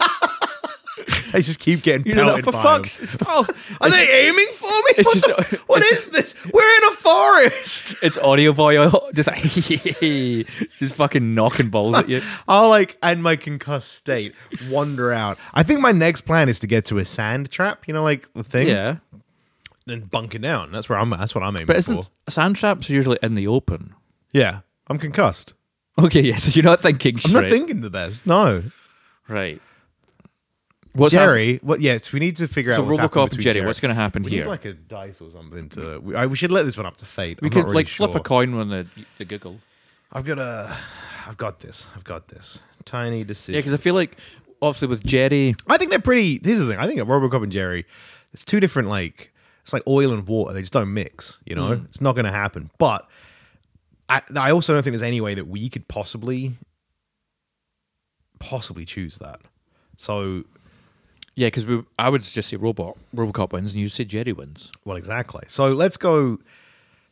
[SPEAKER 1] I just keep getting
[SPEAKER 2] You know,
[SPEAKER 1] pelted
[SPEAKER 2] for
[SPEAKER 1] by
[SPEAKER 2] fuck's
[SPEAKER 1] them.
[SPEAKER 2] oh,
[SPEAKER 1] Are
[SPEAKER 2] it's,
[SPEAKER 1] they aiming for me?
[SPEAKER 2] It's
[SPEAKER 1] What,
[SPEAKER 2] just-
[SPEAKER 1] the- what
[SPEAKER 2] it's-
[SPEAKER 1] is this? We're in a forest.
[SPEAKER 2] it's audio boy, oh, just like just fucking knocking balls at you.
[SPEAKER 1] I'll like and my concussed state wander out. I think my next plan is to get to a sand trap, you know, like the thing.
[SPEAKER 2] Yeah,
[SPEAKER 1] And bunker down. That's where I'm that's what I'm aiming
[SPEAKER 2] but
[SPEAKER 1] for.
[SPEAKER 2] isn't sand traps usually in the open?
[SPEAKER 1] Yeah. I'm concussed.
[SPEAKER 2] Okay, yes, you're not thinking
[SPEAKER 1] I'm
[SPEAKER 2] straight.
[SPEAKER 1] not thinking the best. No.
[SPEAKER 2] right. What's happening?
[SPEAKER 1] Jerry, what yes, we need to figure
[SPEAKER 2] So
[SPEAKER 1] out what's happened
[SPEAKER 2] RoboCop and
[SPEAKER 1] between
[SPEAKER 2] Jerry, what's going to happen
[SPEAKER 1] we
[SPEAKER 2] here?
[SPEAKER 1] need like a dice or something to we, I, we should let this one up to fate. I'm
[SPEAKER 2] we
[SPEAKER 1] not
[SPEAKER 2] could
[SPEAKER 1] really
[SPEAKER 2] like
[SPEAKER 1] sure.
[SPEAKER 2] flip a coin on the, the Google.
[SPEAKER 1] I've got a I've got this. I've got this. Tiny decision.
[SPEAKER 2] Yeah, because I feel like obviously with Jerry,
[SPEAKER 1] I think they're pretty. Here's the thing. I think at RoboCop and Jerry, it's two different like it's like oil and water. They just don't mix. You know,
[SPEAKER 2] Mm.
[SPEAKER 1] it's not going to happen. But I, I also don't think there's any way that we could possibly possibly choose that. So
[SPEAKER 2] yeah, because I would just say robot RoboCop wins, and you say Jerry wins.
[SPEAKER 1] well, exactly. So let's go.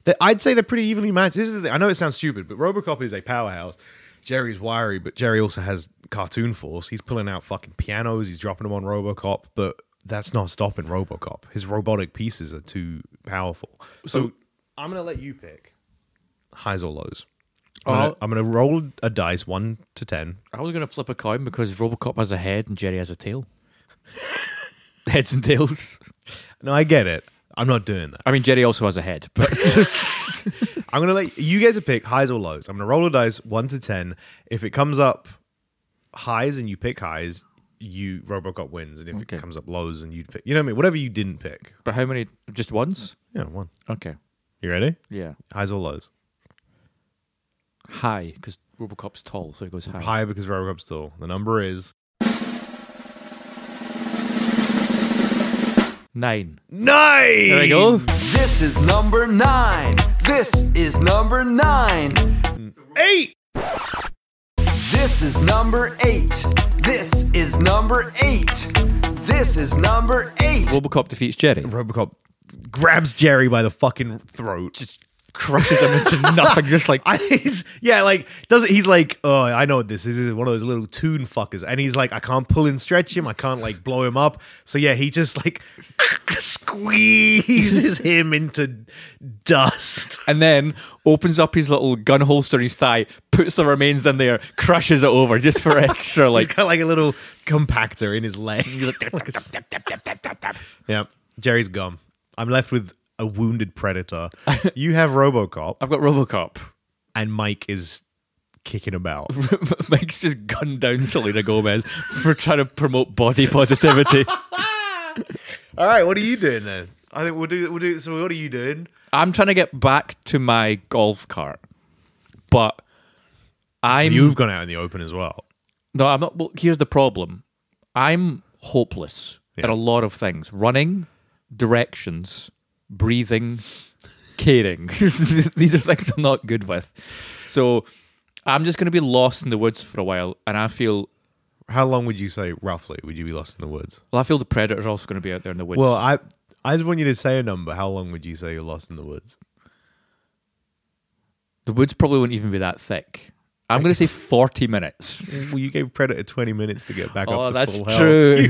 [SPEAKER 1] That I'd say they're pretty evenly matched. This is the thing. I know it sounds stupid, but RoboCop is a powerhouse. Jerry's wiry, but Jerry also has cartoon force. He's pulling out fucking pianos. He's dropping them on RoboCop, but that's not stopping RoboCop. His robotic pieces are too powerful. So, I'm gonna let you pick highs or lows. I'm, gonna,
[SPEAKER 2] Oh.
[SPEAKER 1] I'm gonna roll a dice one to ten.
[SPEAKER 2] I was going to flip a coin because RoboCop has a head and Jerry has a tail. Heads and tails.
[SPEAKER 1] No, I get it. I'm not doing that.
[SPEAKER 2] I mean, Jerry also has a head, but
[SPEAKER 1] I'm gonna let you get to pick highs or lows. I'm gonna roll a dice one to ten. If it comes up highs and you pick highs, you Robocop wins. And if
[SPEAKER 2] Okay.
[SPEAKER 1] it comes up lows and you pick, you know what I mean. Whatever you didn't pick,
[SPEAKER 2] but how many? Just once?
[SPEAKER 1] yeah, one.
[SPEAKER 2] Okay,
[SPEAKER 1] You ready?
[SPEAKER 2] yeah.
[SPEAKER 1] Highs or lows?
[SPEAKER 2] High because RoboCop's tall, so he goes high.
[SPEAKER 1] High because Robocop's tall. The number is
[SPEAKER 2] Nine.
[SPEAKER 1] nine.
[SPEAKER 2] There we go.
[SPEAKER 3] This is number nine. This is number nine.
[SPEAKER 1] Eight.
[SPEAKER 3] This is number eight. This is number eight. This is number eight.
[SPEAKER 2] RoboCop defeats Jerry.
[SPEAKER 1] Robocop grabs Jerry by the fucking throat. Just
[SPEAKER 2] crushes him into nothing. Just like
[SPEAKER 1] I, he's, yeah, like does it, he's like, oh, I know what this is. This is one of those little tune fuckers, and he's like, I can't pull and stretch him. I can't like blow him up. So yeah, he just like squeezes him into dust.
[SPEAKER 2] and then opens up his little gun holster in his thigh, puts the remains in there, crushes it over just for extra.
[SPEAKER 1] He's
[SPEAKER 2] Like
[SPEAKER 1] got like a little compactor in his leg. yeah, Jerry's gone. I'm left with a wounded predator. You have RoboCop,
[SPEAKER 2] I've got RoboCop.
[SPEAKER 1] and Mike is kicking about.
[SPEAKER 2] Mike's just gunned down Selena Gomez for trying to promote body positivity.
[SPEAKER 1] All right, what are you doing then? I think we'll do. We'll do. So what are you doing?
[SPEAKER 2] I'm trying to get back to my golf cart, but I'm
[SPEAKER 1] You've gone out in the open as well.
[SPEAKER 2] No, I'm not. Well, here's the problem. I'm hopeless at a lot of things: running, directions, breathing, caring. These are things I'm not good with. So I'm just going to be lost in the woods for a while, and I feel.
[SPEAKER 1] How long would you say roughly would you be lost in the woods?
[SPEAKER 2] Well, I feel the predator's also going to be out there in the woods.
[SPEAKER 1] Well, I I just want you to say a number. How long would you say you're lost in the woods?
[SPEAKER 2] the woods probably won't even be that thick. I'm going to say 40 minutes.
[SPEAKER 1] Well, you gave Predator 20 minutes to get back up
[SPEAKER 2] Oh,
[SPEAKER 1] to
[SPEAKER 2] that's
[SPEAKER 1] full health.
[SPEAKER 2] true.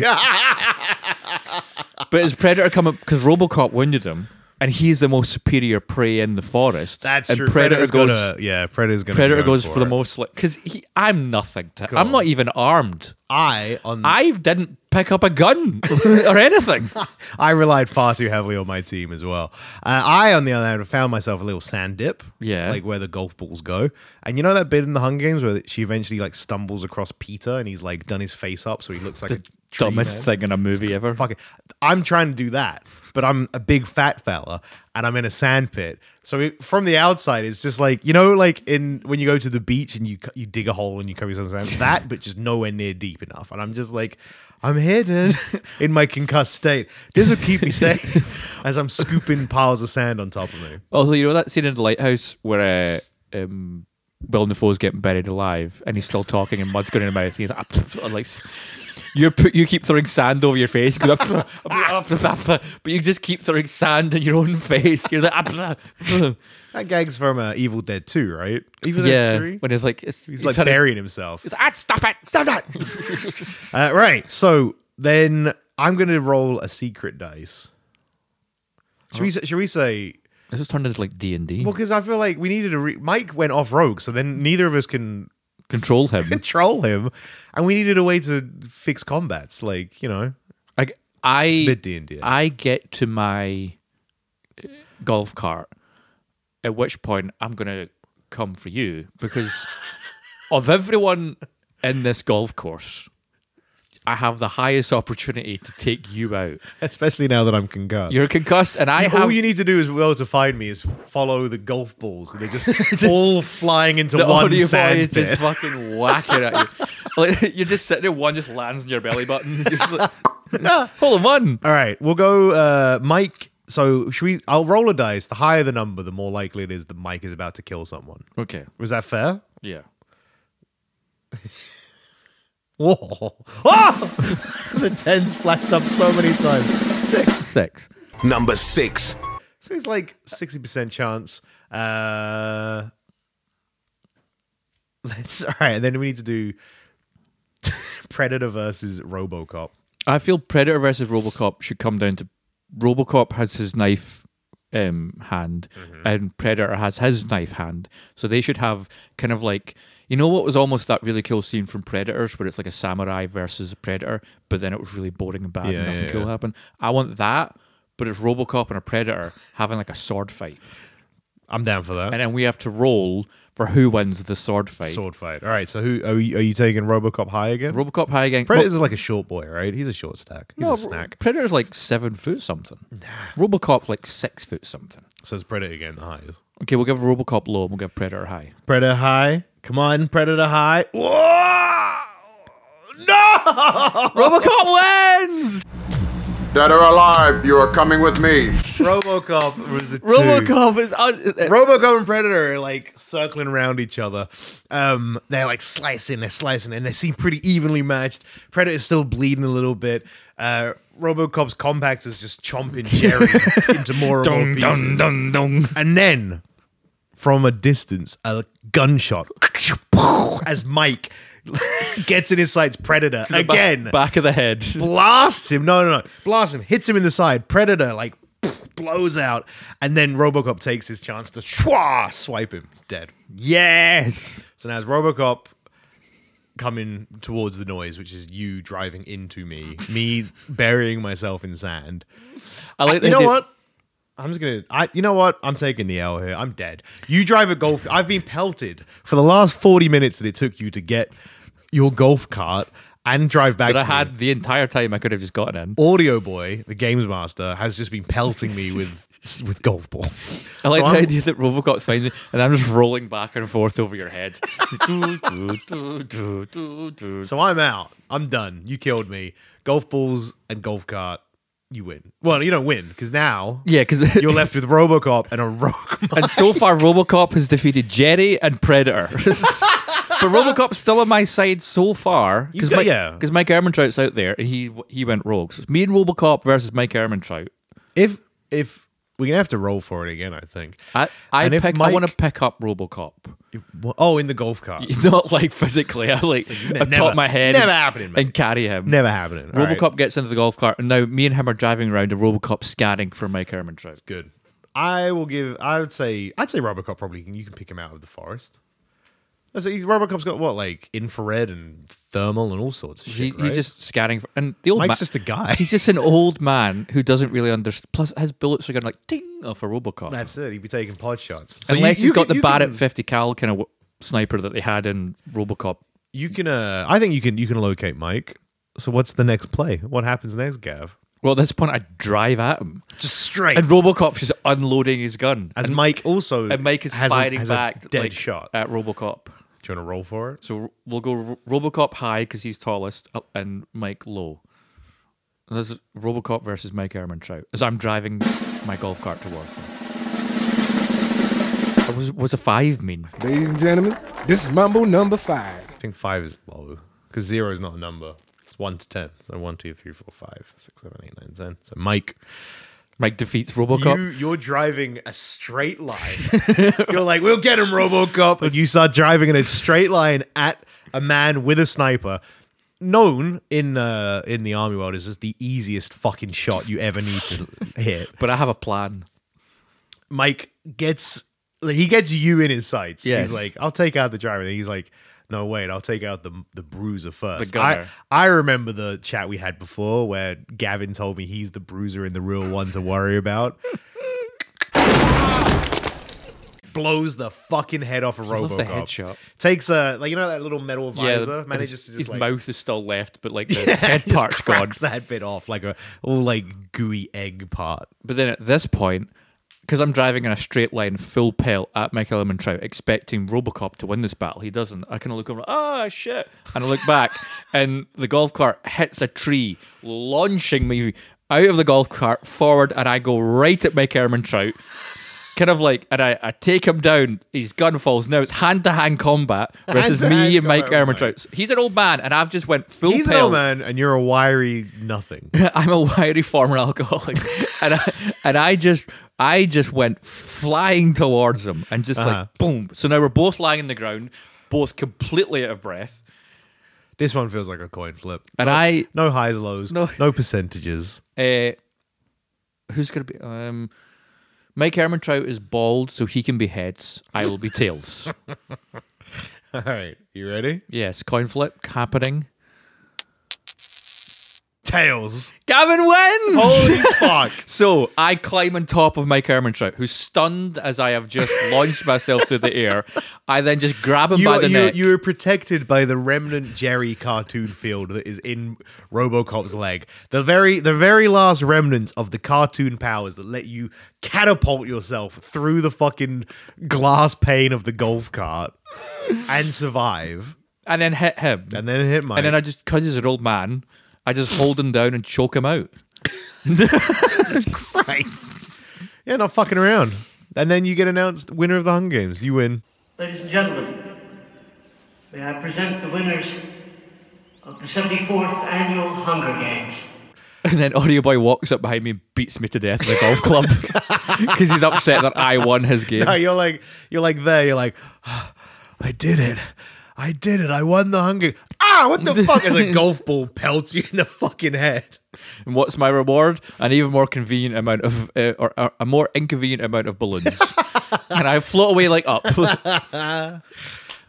[SPEAKER 2] but his predator coming because RoboCop wounded him, and he's the most superior prey in the forest.
[SPEAKER 1] That's
[SPEAKER 2] and
[SPEAKER 1] true.
[SPEAKER 2] Predator
[SPEAKER 1] Predator's
[SPEAKER 2] goes.
[SPEAKER 1] gonna, yeah, Predator's gonna. be
[SPEAKER 2] Predator
[SPEAKER 1] going
[SPEAKER 2] goes for the
[SPEAKER 1] it.
[SPEAKER 2] most like because I'm nothing. To, I'm not even armed.
[SPEAKER 1] I on I,
[SPEAKER 2] I didn't pick up a gun or anything.
[SPEAKER 1] relied far too heavily on my team as well. Uh, I on the other hand found myself a little sand dip,
[SPEAKER 2] Yeah.
[SPEAKER 1] like where the golf balls go. And you know that bit in the Hunger Games where she eventually like stumbles across Peter and he's like done his face up, so he looks like a tree
[SPEAKER 2] Dumbest
[SPEAKER 1] man?
[SPEAKER 2] thing in a movie ever.
[SPEAKER 1] fucking I'm trying to do that, but I'm a big fat fella and I'm in a sand pit. So it, from the outside, it's just like you know, like in when you go to the beach and you cu- you dig a hole and you cover yourself in sand. That, but just nowhere near deep enough. And I'm just like, I'm hidden in my concussed state. This will keep me safe as I'm scooping piles of sand on top of me.
[SPEAKER 2] Also, you know that scene in the lighthouse where uh, um, Will Defoe's getting buried alive and he's still talking and mud's going in his mouth. He's like, "Ah, like you put you keep throwing sand over your face, going, "Ah, ah, ah, ah, ah," but you just keep throwing sand in your own face. You're like, "Ah, ah, ah."
[SPEAKER 1] That gag's from uh, Evil Dead 2, right? Evil
[SPEAKER 2] yeah,
[SPEAKER 1] Dead 3?
[SPEAKER 2] when it's like it's,
[SPEAKER 1] He's
[SPEAKER 2] it's
[SPEAKER 1] like
[SPEAKER 2] trying to-
[SPEAKER 1] burying himself.
[SPEAKER 2] Ah, stop it! Stop that!
[SPEAKER 1] Uh, right. So then I'm going to roll a secret dice. Should
[SPEAKER 2] Oh.
[SPEAKER 1] we? Should we say?
[SPEAKER 2] This has turned into like D and D.
[SPEAKER 1] Well, because I feel like we needed a re- Mike went off rogue, so then neither of us can
[SPEAKER 2] Control him.
[SPEAKER 1] control him, and we needed a way to fix combats. Like you know,
[SPEAKER 2] I I
[SPEAKER 1] a bit D&D.
[SPEAKER 2] I get to my uh, golf cart, at which point I'm gonna come for you because of everyone in this golf course, I have the highest opportunity to take you out.
[SPEAKER 1] especially now that I'm concussed.
[SPEAKER 2] You're concussed, and I have
[SPEAKER 1] all you need to do as well to find me is follow the golf balls. They're just all flying into one
[SPEAKER 2] audio
[SPEAKER 1] sand
[SPEAKER 2] is
[SPEAKER 1] pit.
[SPEAKER 2] just fucking whacking at you. Like, you're just sitting there, one just lands on your belly button. Just like, Hole in one.
[SPEAKER 1] All right, we'll go, uh, Mike. So should we? I'll roll a dice. The higher the number, the more likely it is that Mike is about to kill someone.
[SPEAKER 2] Okay.
[SPEAKER 1] Was that fair?
[SPEAKER 2] Yeah.
[SPEAKER 1] Whoa! Ah! the tens flashed up so many times. Six.
[SPEAKER 2] Six.
[SPEAKER 3] Number six.
[SPEAKER 1] So it's like sixty percent chance. Uh, let's. All right, and then we need to do Predator versus RoboCop.
[SPEAKER 2] I feel Predator versus RoboCop should come down to RoboCop has his knife um, hand
[SPEAKER 1] Mm-hmm.
[SPEAKER 2] and Predator has his knife hand, so they should have kind of like you know what was almost that really cool scene from Predators where it's like a samurai versus a predator, but then it was really boring and bad
[SPEAKER 1] Yeah,
[SPEAKER 2] and nothing
[SPEAKER 1] yeah,
[SPEAKER 2] cool
[SPEAKER 1] yeah.
[SPEAKER 2] happened. I want that, but it's RoboCop and a predator having like a sword fight,
[SPEAKER 1] I'm down for that.
[SPEAKER 2] and then we have to roll for who wins the sword fight.
[SPEAKER 1] Sword fight. All right. So who are you, are you taking RoboCop high again?
[SPEAKER 2] RoboCop high again.
[SPEAKER 1] Predator's like a short boy, right? He's a short stack. He's
[SPEAKER 2] No,
[SPEAKER 1] a snack.
[SPEAKER 2] Predator's like seven foot something. RoboCop like six foot something.
[SPEAKER 1] So it's Predator again. The highest.
[SPEAKER 2] Okay, we'll give RoboCop low and we'll give Predator high.
[SPEAKER 1] Predator high. Come on, Predator high. Whoa! No!
[SPEAKER 2] RoboCop wins.
[SPEAKER 7] Dead or alive, you are coming with me.
[SPEAKER 1] RoboCop was a two.
[SPEAKER 2] RoboCop is un- uh,
[SPEAKER 1] RoboCop and Predator are like circling around each other. Um, they're like slicing, they're slicing, and they seem pretty evenly matched. Predator's still bleeding a little bit. Uh, RoboCop's compact is just chomping Jerry into more and more pieces.
[SPEAKER 2] dun dun.
[SPEAKER 1] And then from a distance a gunshot as Mike gets in his sights. Predator
[SPEAKER 2] The ba-
[SPEAKER 1] again
[SPEAKER 2] back of the head.
[SPEAKER 1] blasts him. No, no, no. Blasts him. Hits him in the side. Predator, like, blows out. And then Robocop takes his chance to shwa, swipe him. He's dead.
[SPEAKER 2] Yes.
[SPEAKER 1] So now it's Robocop coming towards the noise, which is you driving into me, me burying myself in sand.
[SPEAKER 2] I like. the
[SPEAKER 1] You know
[SPEAKER 2] idea-
[SPEAKER 1] what? I'm just gonna. I, you know what? I'm taking the L here. I'm dead. You drive a golf. I've been pelted for the last 40 minutes that it took you to get your golf cart and drive back.
[SPEAKER 2] But I
[SPEAKER 1] to me.
[SPEAKER 2] had the entire time I could have just gotten in.
[SPEAKER 1] Audio Boy, the games master, has just been pelting me with with golf balls.
[SPEAKER 2] I like
[SPEAKER 1] So
[SPEAKER 2] the
[SPEAKER 1] I'm-
[SPEAKER 2] idea that Robocop's finding and I'm just rolling back and forth over your head. Do, do, do, do, do, do.
[SPEAKER 1] So I'm out. I'm done. You killed me. Golf balls and golf cart. You win. Well, you don't win because now
[SPEAKER 2] yeah, because
[SPEAKER 1] you're left with RoboCop and a rogue.
[SPEAKER 2] and so far Robocop has defeated Jerry and Predator. but Robocop's still on my side so far because
[SPEAKER 1] got-
[SPEAKER 2] Mike,
[SPEAKER 1] yeah.
[SPEAKER 2] 'cause Mike Ermintrout's out there and he he went rogue. So it's me and Robocop versus Mike Ermintrout.
[SPEAKER 1] If if we're gonna have to roll for it again, I think.
[SPEAKER 2] I I,
[SPEAKER 1] And if
[SPEAKER 2] pick, I
[SPEAKER 1] Mike-
[SPEAKER 2] want to pick up Robocop.
[SPEAKER 1] Oh, in the golf cart.
[SPEAKER 2] Not like physically. I like
[SPEAKER 1] ne-
[SPEAKER 2] I
[SPEAKER 1] never-
[SPEAKER 2] top my head
[SPEAKER 1] never
[SPEAKER 2] and,
[SPEAKER 1] happening, mate.
[SPEAKER 2] and carry him.
[SPEAKER 1] Never happening. All right.
[SPEAKER 2] Robocop gets into the golf cart, and now me and him are driving around, and Robocop's scanning for Mike Ermintrout.
[SPEAKER 1] good. I will give. I would say. I'd say RoboCop probably. can- You can pick him out of the forest. That's it. RoboCop's got what like infrared and thermal and all sorts of
[SPEAKER 2] He,
[SPEAKER 1] shit. right?
[SPEAKER 2] He's just scanning for, and the old
[SPEAKER 1] Mike's
[SPEAKER 2] ma-
[SPEAKER 1] just a guy.
[SPEAKER 2] He's just an old man who doesn't really understand. Plus, his bullets are going like ding off a Robocop.
[SPEAKER 1] that's it. He'd be taking pod shots. So you-
[SPEAKER 2] Unless
[SPEAKER 1] you
[SPEAKER 2] he's got
[SPEAKER 1] can-
[SPEAKER 2] the
[SPEAKER 1] you can-
[SPEAKER 2] Barrett 50 cal kind of w- sniper that they had in Robocop.
[SPEAKER 1] You can. Uh, I think you can. You can locate Mike. So what's the next play? What happens next, Gav?
[SPEAKER 2] Well, at this point, I drive at him,
[SPEAKER 1] Just straight.
[SPEAKER 2] and Robocop's just unloading his gun,
[SPEAKER 1] as Mike also
[SPEAKER 2] and Mike is
[SPEAKER 1] has a-
[SPEAKER 2] firing
[SPEAKER 1] has a
[SPEAKER 2] back
[SPEAKER 1] dead
[SPEAKER 2] like, uh,
[SPEAKER 1] shot.
[SPEAKER 2] at Robocop.
[SPEAKER 1] Do you want to roll for it?
[SPEAKER 2] So we'll go Ro- RoboCop high because he's tallest, uh, and Mike low. This is RoboCop versus Mike Ehrmantraut as I'm driving my golf cart towards him. What was what's a five mean?
[SPEAKER 8] Ladies and gentlemen, this is Mumble number five.
[SPEAKER 1] I think five is low because zero is not a number. It's one to ten. So one, two, three, four, five, six, seven, eight, nine, ten. So Mike,
[SPEAKER 2] Mike defeats RoboCop.
[SPEAKER 1] you you're driving a straight line. you're like, we'll get him, RoboCop, and you start driving in a straight line at a man with a sniper. Known in uh, in the army world as just the easiest fucking shot you ever need to hit.
[SPEAKER 2] but I have a plan.
[SPEAKER 1] Mike gets like, he gets you in his sights.
[SPEAKER 2] Yes.
[SPEAKER 1] He's like, I'll take out the driver. And he's like, no, wait, I'll take out the the bruiser first. I,
[SPEAKER 2] gunner.
[SPEAKER 1] I remember the chat we had before where Gavin told me he's the bruiser and the real one to worry about. Blows the fucking head off a
[SPEAKER 2] loves
[SPEAKER 1] Robocop.
[SPEAKER 2] the headshot.
[SPEAKER 1] Takes a like you know that little metal visor.
[SPEAKER 2] but
[SPEAKER 1] manages to
[SPEAKER 2] his,
[SPEAKER 1] just
[SPEAKER 2] his
[SPEAKER 1] like
[SPEAKER 2] mouth is still left, but like the
[SPEAKER 1] head
[SPEAKER 2] head part's gone.
[SPEAKER 1] cracks that bit off like a all like gooey egg part.
[SPEAKER 2] But then at this point, because I'm driving in a straight line, full pelt at Michael Ehrman Trout, expecting Robocop to win this battle. He doesn't. I kind of look over, ah, shit. And I look back, and the golf cart hits a tree, launching me out of the golf cart forward, and I go right at Michael Ehrman Trout. Kind of like, and I, I take him down. His gun falls. Now it's hand to hand combat versus
[SPEAKER 1] Hand-to-hand
[SPEAKER 2] me and Mike
[SPEAKER 1] combat, oh my.
[SPEAKER 2] Ehrmantraut. He's an old man, and I've just went full.
[SPEAKER 1] He's an
[SPEAKER 2] pelt.
[SPEAKER 1] old man, and you're a wiry nothing.
[SPEAKER 2] I'm a wiry former alcoholic, and I, and I just I just went flying towards him and just
[SPEAKER 1] Uh-huh.
[SPEAKER 2] like boom. So now we're both lying on the ground, both completely out of breath,
[SPEAKER 1] This one feels like a coin flip.
[SPEAKER 2] and I
[SPEAKER 1] No highs, lows, no,
[SPEAKER 2] No.
[SPEAKER 1] percentages.
[SPEAKER 2] uh, who's gonna be um. Mike Hermantrout is bald, so he can be heads. I will be tails.
[SPEAKER 1] All right, you ready?
[SPEAKER 2] yes, coin flip happening.
[SPEAKER 1] Tails.
[SPEAKER 2] Gavin wins.
[SPEAKER 1] Holy fuck!
[SPEAKER 2] Oh. So I climb on top of Mike Ehrmantraut, who's stunned as I have just launched myself through the air. I then just grab him
[SPEAKER 1] You
[SPEAKER 2] by
[SPEAKER 1] are,
[SPEAKER 2] the
[SPEAKER 1] you,
[SPEAKER 2] neck.
[SPEAKER 1] you are protected by the remnant Jerry cartoon field that is in RoboCop's leg. The very, the very last remnants of the cartoon powers that let you catapult yourself through the fucking glass pane of the golf cart and survive,
[SPEAKER 2] and then hit him.
[SPEAKER 1] and then hit Mike.
[SPEAKER 2] And then I just, because he's an old man, I just hold him down and choke him out.
[SPEAKER 1] Christ. Yeah, not fucking around. And then you get announced winner of the Hunger Games. You win.
[SPEAKER 9] Ladies and gentlemen, may I present the winners of the 74th Annual Hunger Games.
[SPEAKER 2] And then Audio Boy walks up behind me and beats me to death in the golf club because he's upset that I won his game.
[SPEAKER 1] No, you're like you're like there. You're like, "Ah, I did it. I did it. I won the hunger. Ah, what the fuck? As a golf ball pelts you in the fucking head.
[SPEAKER 2] And what's my reward? An even more convenient amount of, uh, or, or a more inconvenient amount of balloons. and I float away like up.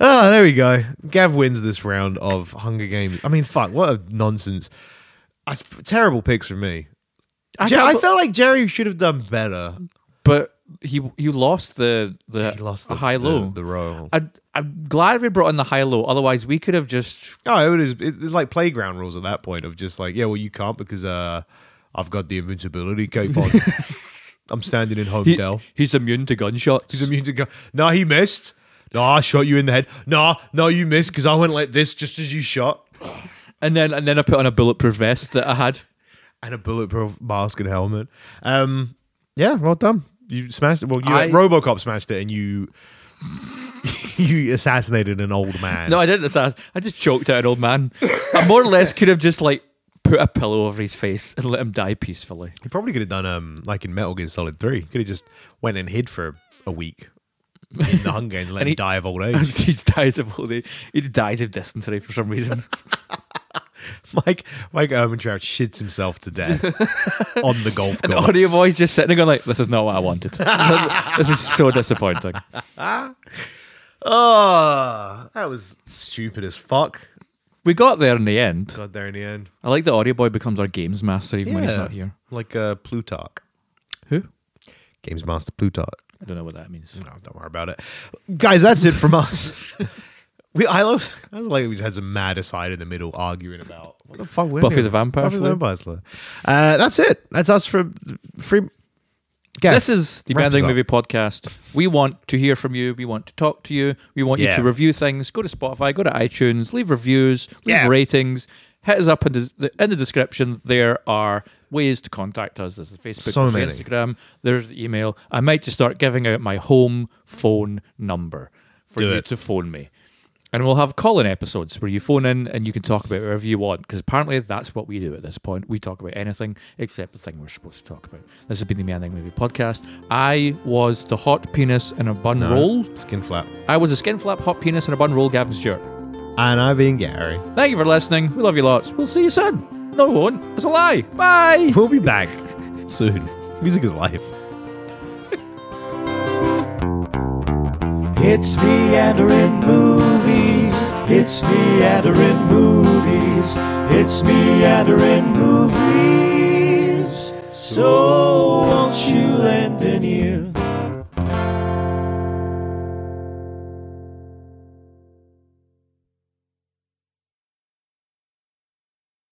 [SPEAKER 1] Oh, there we go. Gav wins this round of Hunger Games. I mean, fuck, what a nonsense. I, terrible picks from me.
[SPEAKER 2] I
[SPEAKER 1] Jer-
[SPEAKER 2] can't
[SPEAKER 1] I
[SPEAKER 2] bel-
[SPEAKER 1] felt like Jerry should have done better.
[SPEAKER 2] but he you lost the the
[SPEAKER 1] He lost the
[SPEAKER 2] high
[SPEAKER 1] the-
[SPEAKER 2] low.
[SPEAKER 1] The, royal.
[SPEAKER 2] I, I'm glad we brought in the high low. Otherwise, we could have just
[SPEAKER 1] Oh, it would have, it's like playground rules at that point of just like, yeah, well, you can't because uh, I've got the invincibility cape on. I'm standing in home dell.
[SPEAKER 2] he's immune to gunshots.
[SPEAKER 1] He's immune to gun. No, he missed. No, I shot you in the head. No, no, you missed because I went like this just as you shot.
[SPEAKER 2] and then and then I put on a bulletproof vest that I had.
[SPEAKER 1] And a bulletproof mask and helmet. Um, yeah, well done. You smashed it. Well, you
[SPEAKER 2] I-
[SPEAKER 1] RoboCop smashed it, and you you assassinated an old man.
[SPEAKER 2] No, I didn't. Assassin. I just choked out an old man. I more or less could have just like put a pillow over his face and let him die peacefully.
[SPEAKER 1] you probably could have done um like in Metal Gear Solid Three. Could have just went and hid for a week in the Hunger and let him
[SPEAKER 2] he-
[SPEAKER 1] die of old age.
[SPEAKER 2] he dies of old age. He dies of dysentery for some reason.
[SPEAKER 1] Mike Mike Ermentrout shits himself to death on the golf
[SPEAKER 2] And
[SPEAKER 1] course.
[SPEAKER 2] Audio Boy's just sitting there going like, "This is not what I wanted. this is so disappointing."
[SPEAKER 1] Oh, that was stupid as fuck.
[SPEAKER 2] We got there in the end.
[SPEAKER 1] Got there in the end.
[SPEAKER 2] I like that Audio Boy becomes our games master even when he's not here.
[SPEAKER 1] Like uh, Plutarch.
[SPEAKER 2] Who?
[SPEAKER 1] Games Master Plutarch.
[SPEAKER 2] I don't know what that means.
[SPEAKER 1] No, don't worry about it. Guys, that's it from us. We, I love, I was like, we just had some mad aside in the middle arguing about what the fuck. were
[SPEAKER 2] Buffy
[SPEAKER 1] we-
[SPEAKER 2] the Vampire
[SPEAKER 1] Buffy the
[SPEAKER 2] Slayer.
[SPEAKER 1] Vampire Slayer. Uh, that's it. That's us from free. Gav,
[SPEAKER 2] This is the
[SPEAKER 1] wrap us
[SPEAKER 2] Banding
[SPEAKER 1] up.
[SPEAKER 2] Movie Podcast. We want to hear from you. We want to talk to you. We want
[SPEAKER 1] Yeah.
[SPEAKER 2] you to review things. Go to Spotify, go to iTunes, leave reviews, leave
[SPEAKER 1] Yeah.
[SPEAKER 2] ratings. Hit us up in the, the- in the description. There are ways to contact us. There's the Facebook,
[SPEAKER 1] So
[SPEAKER 2] there's
[SPEAKER 1] many.
[SPEAKER 2] the Instagram, there's the email. I might just start giving out my home phone number for
[SPEAKER 1] Do
[SPEAKER 2] you
[SPEAKER 1] it.
[SPEAKER 2] to phone me. And we'll have call in episodes where you phone in and you can talk about whatever you want. Because apparently that's what we do at this point. We talk about anything except the thing we're supposed to talk about. This has been the Meandering Movie Podcast. I was the hot penis in a bun roll.
[SPEAKER 1] Skin flap.
[SPEAKER 2] I was a skin flap hot penis in a bun roll, Gavin Stewart.
[SPEAKER 1] And I've been Gary.
[SPEAKER 2] Thank you for listening. We love you lots. We'll see you soon. No, we won't. It's a lie. Bye.
[SPEAKER 1] We'll be back soon. Music is life.
[SPEAKER 10] It's meandering movies. It's meandering movies. It's meandering movies. So won't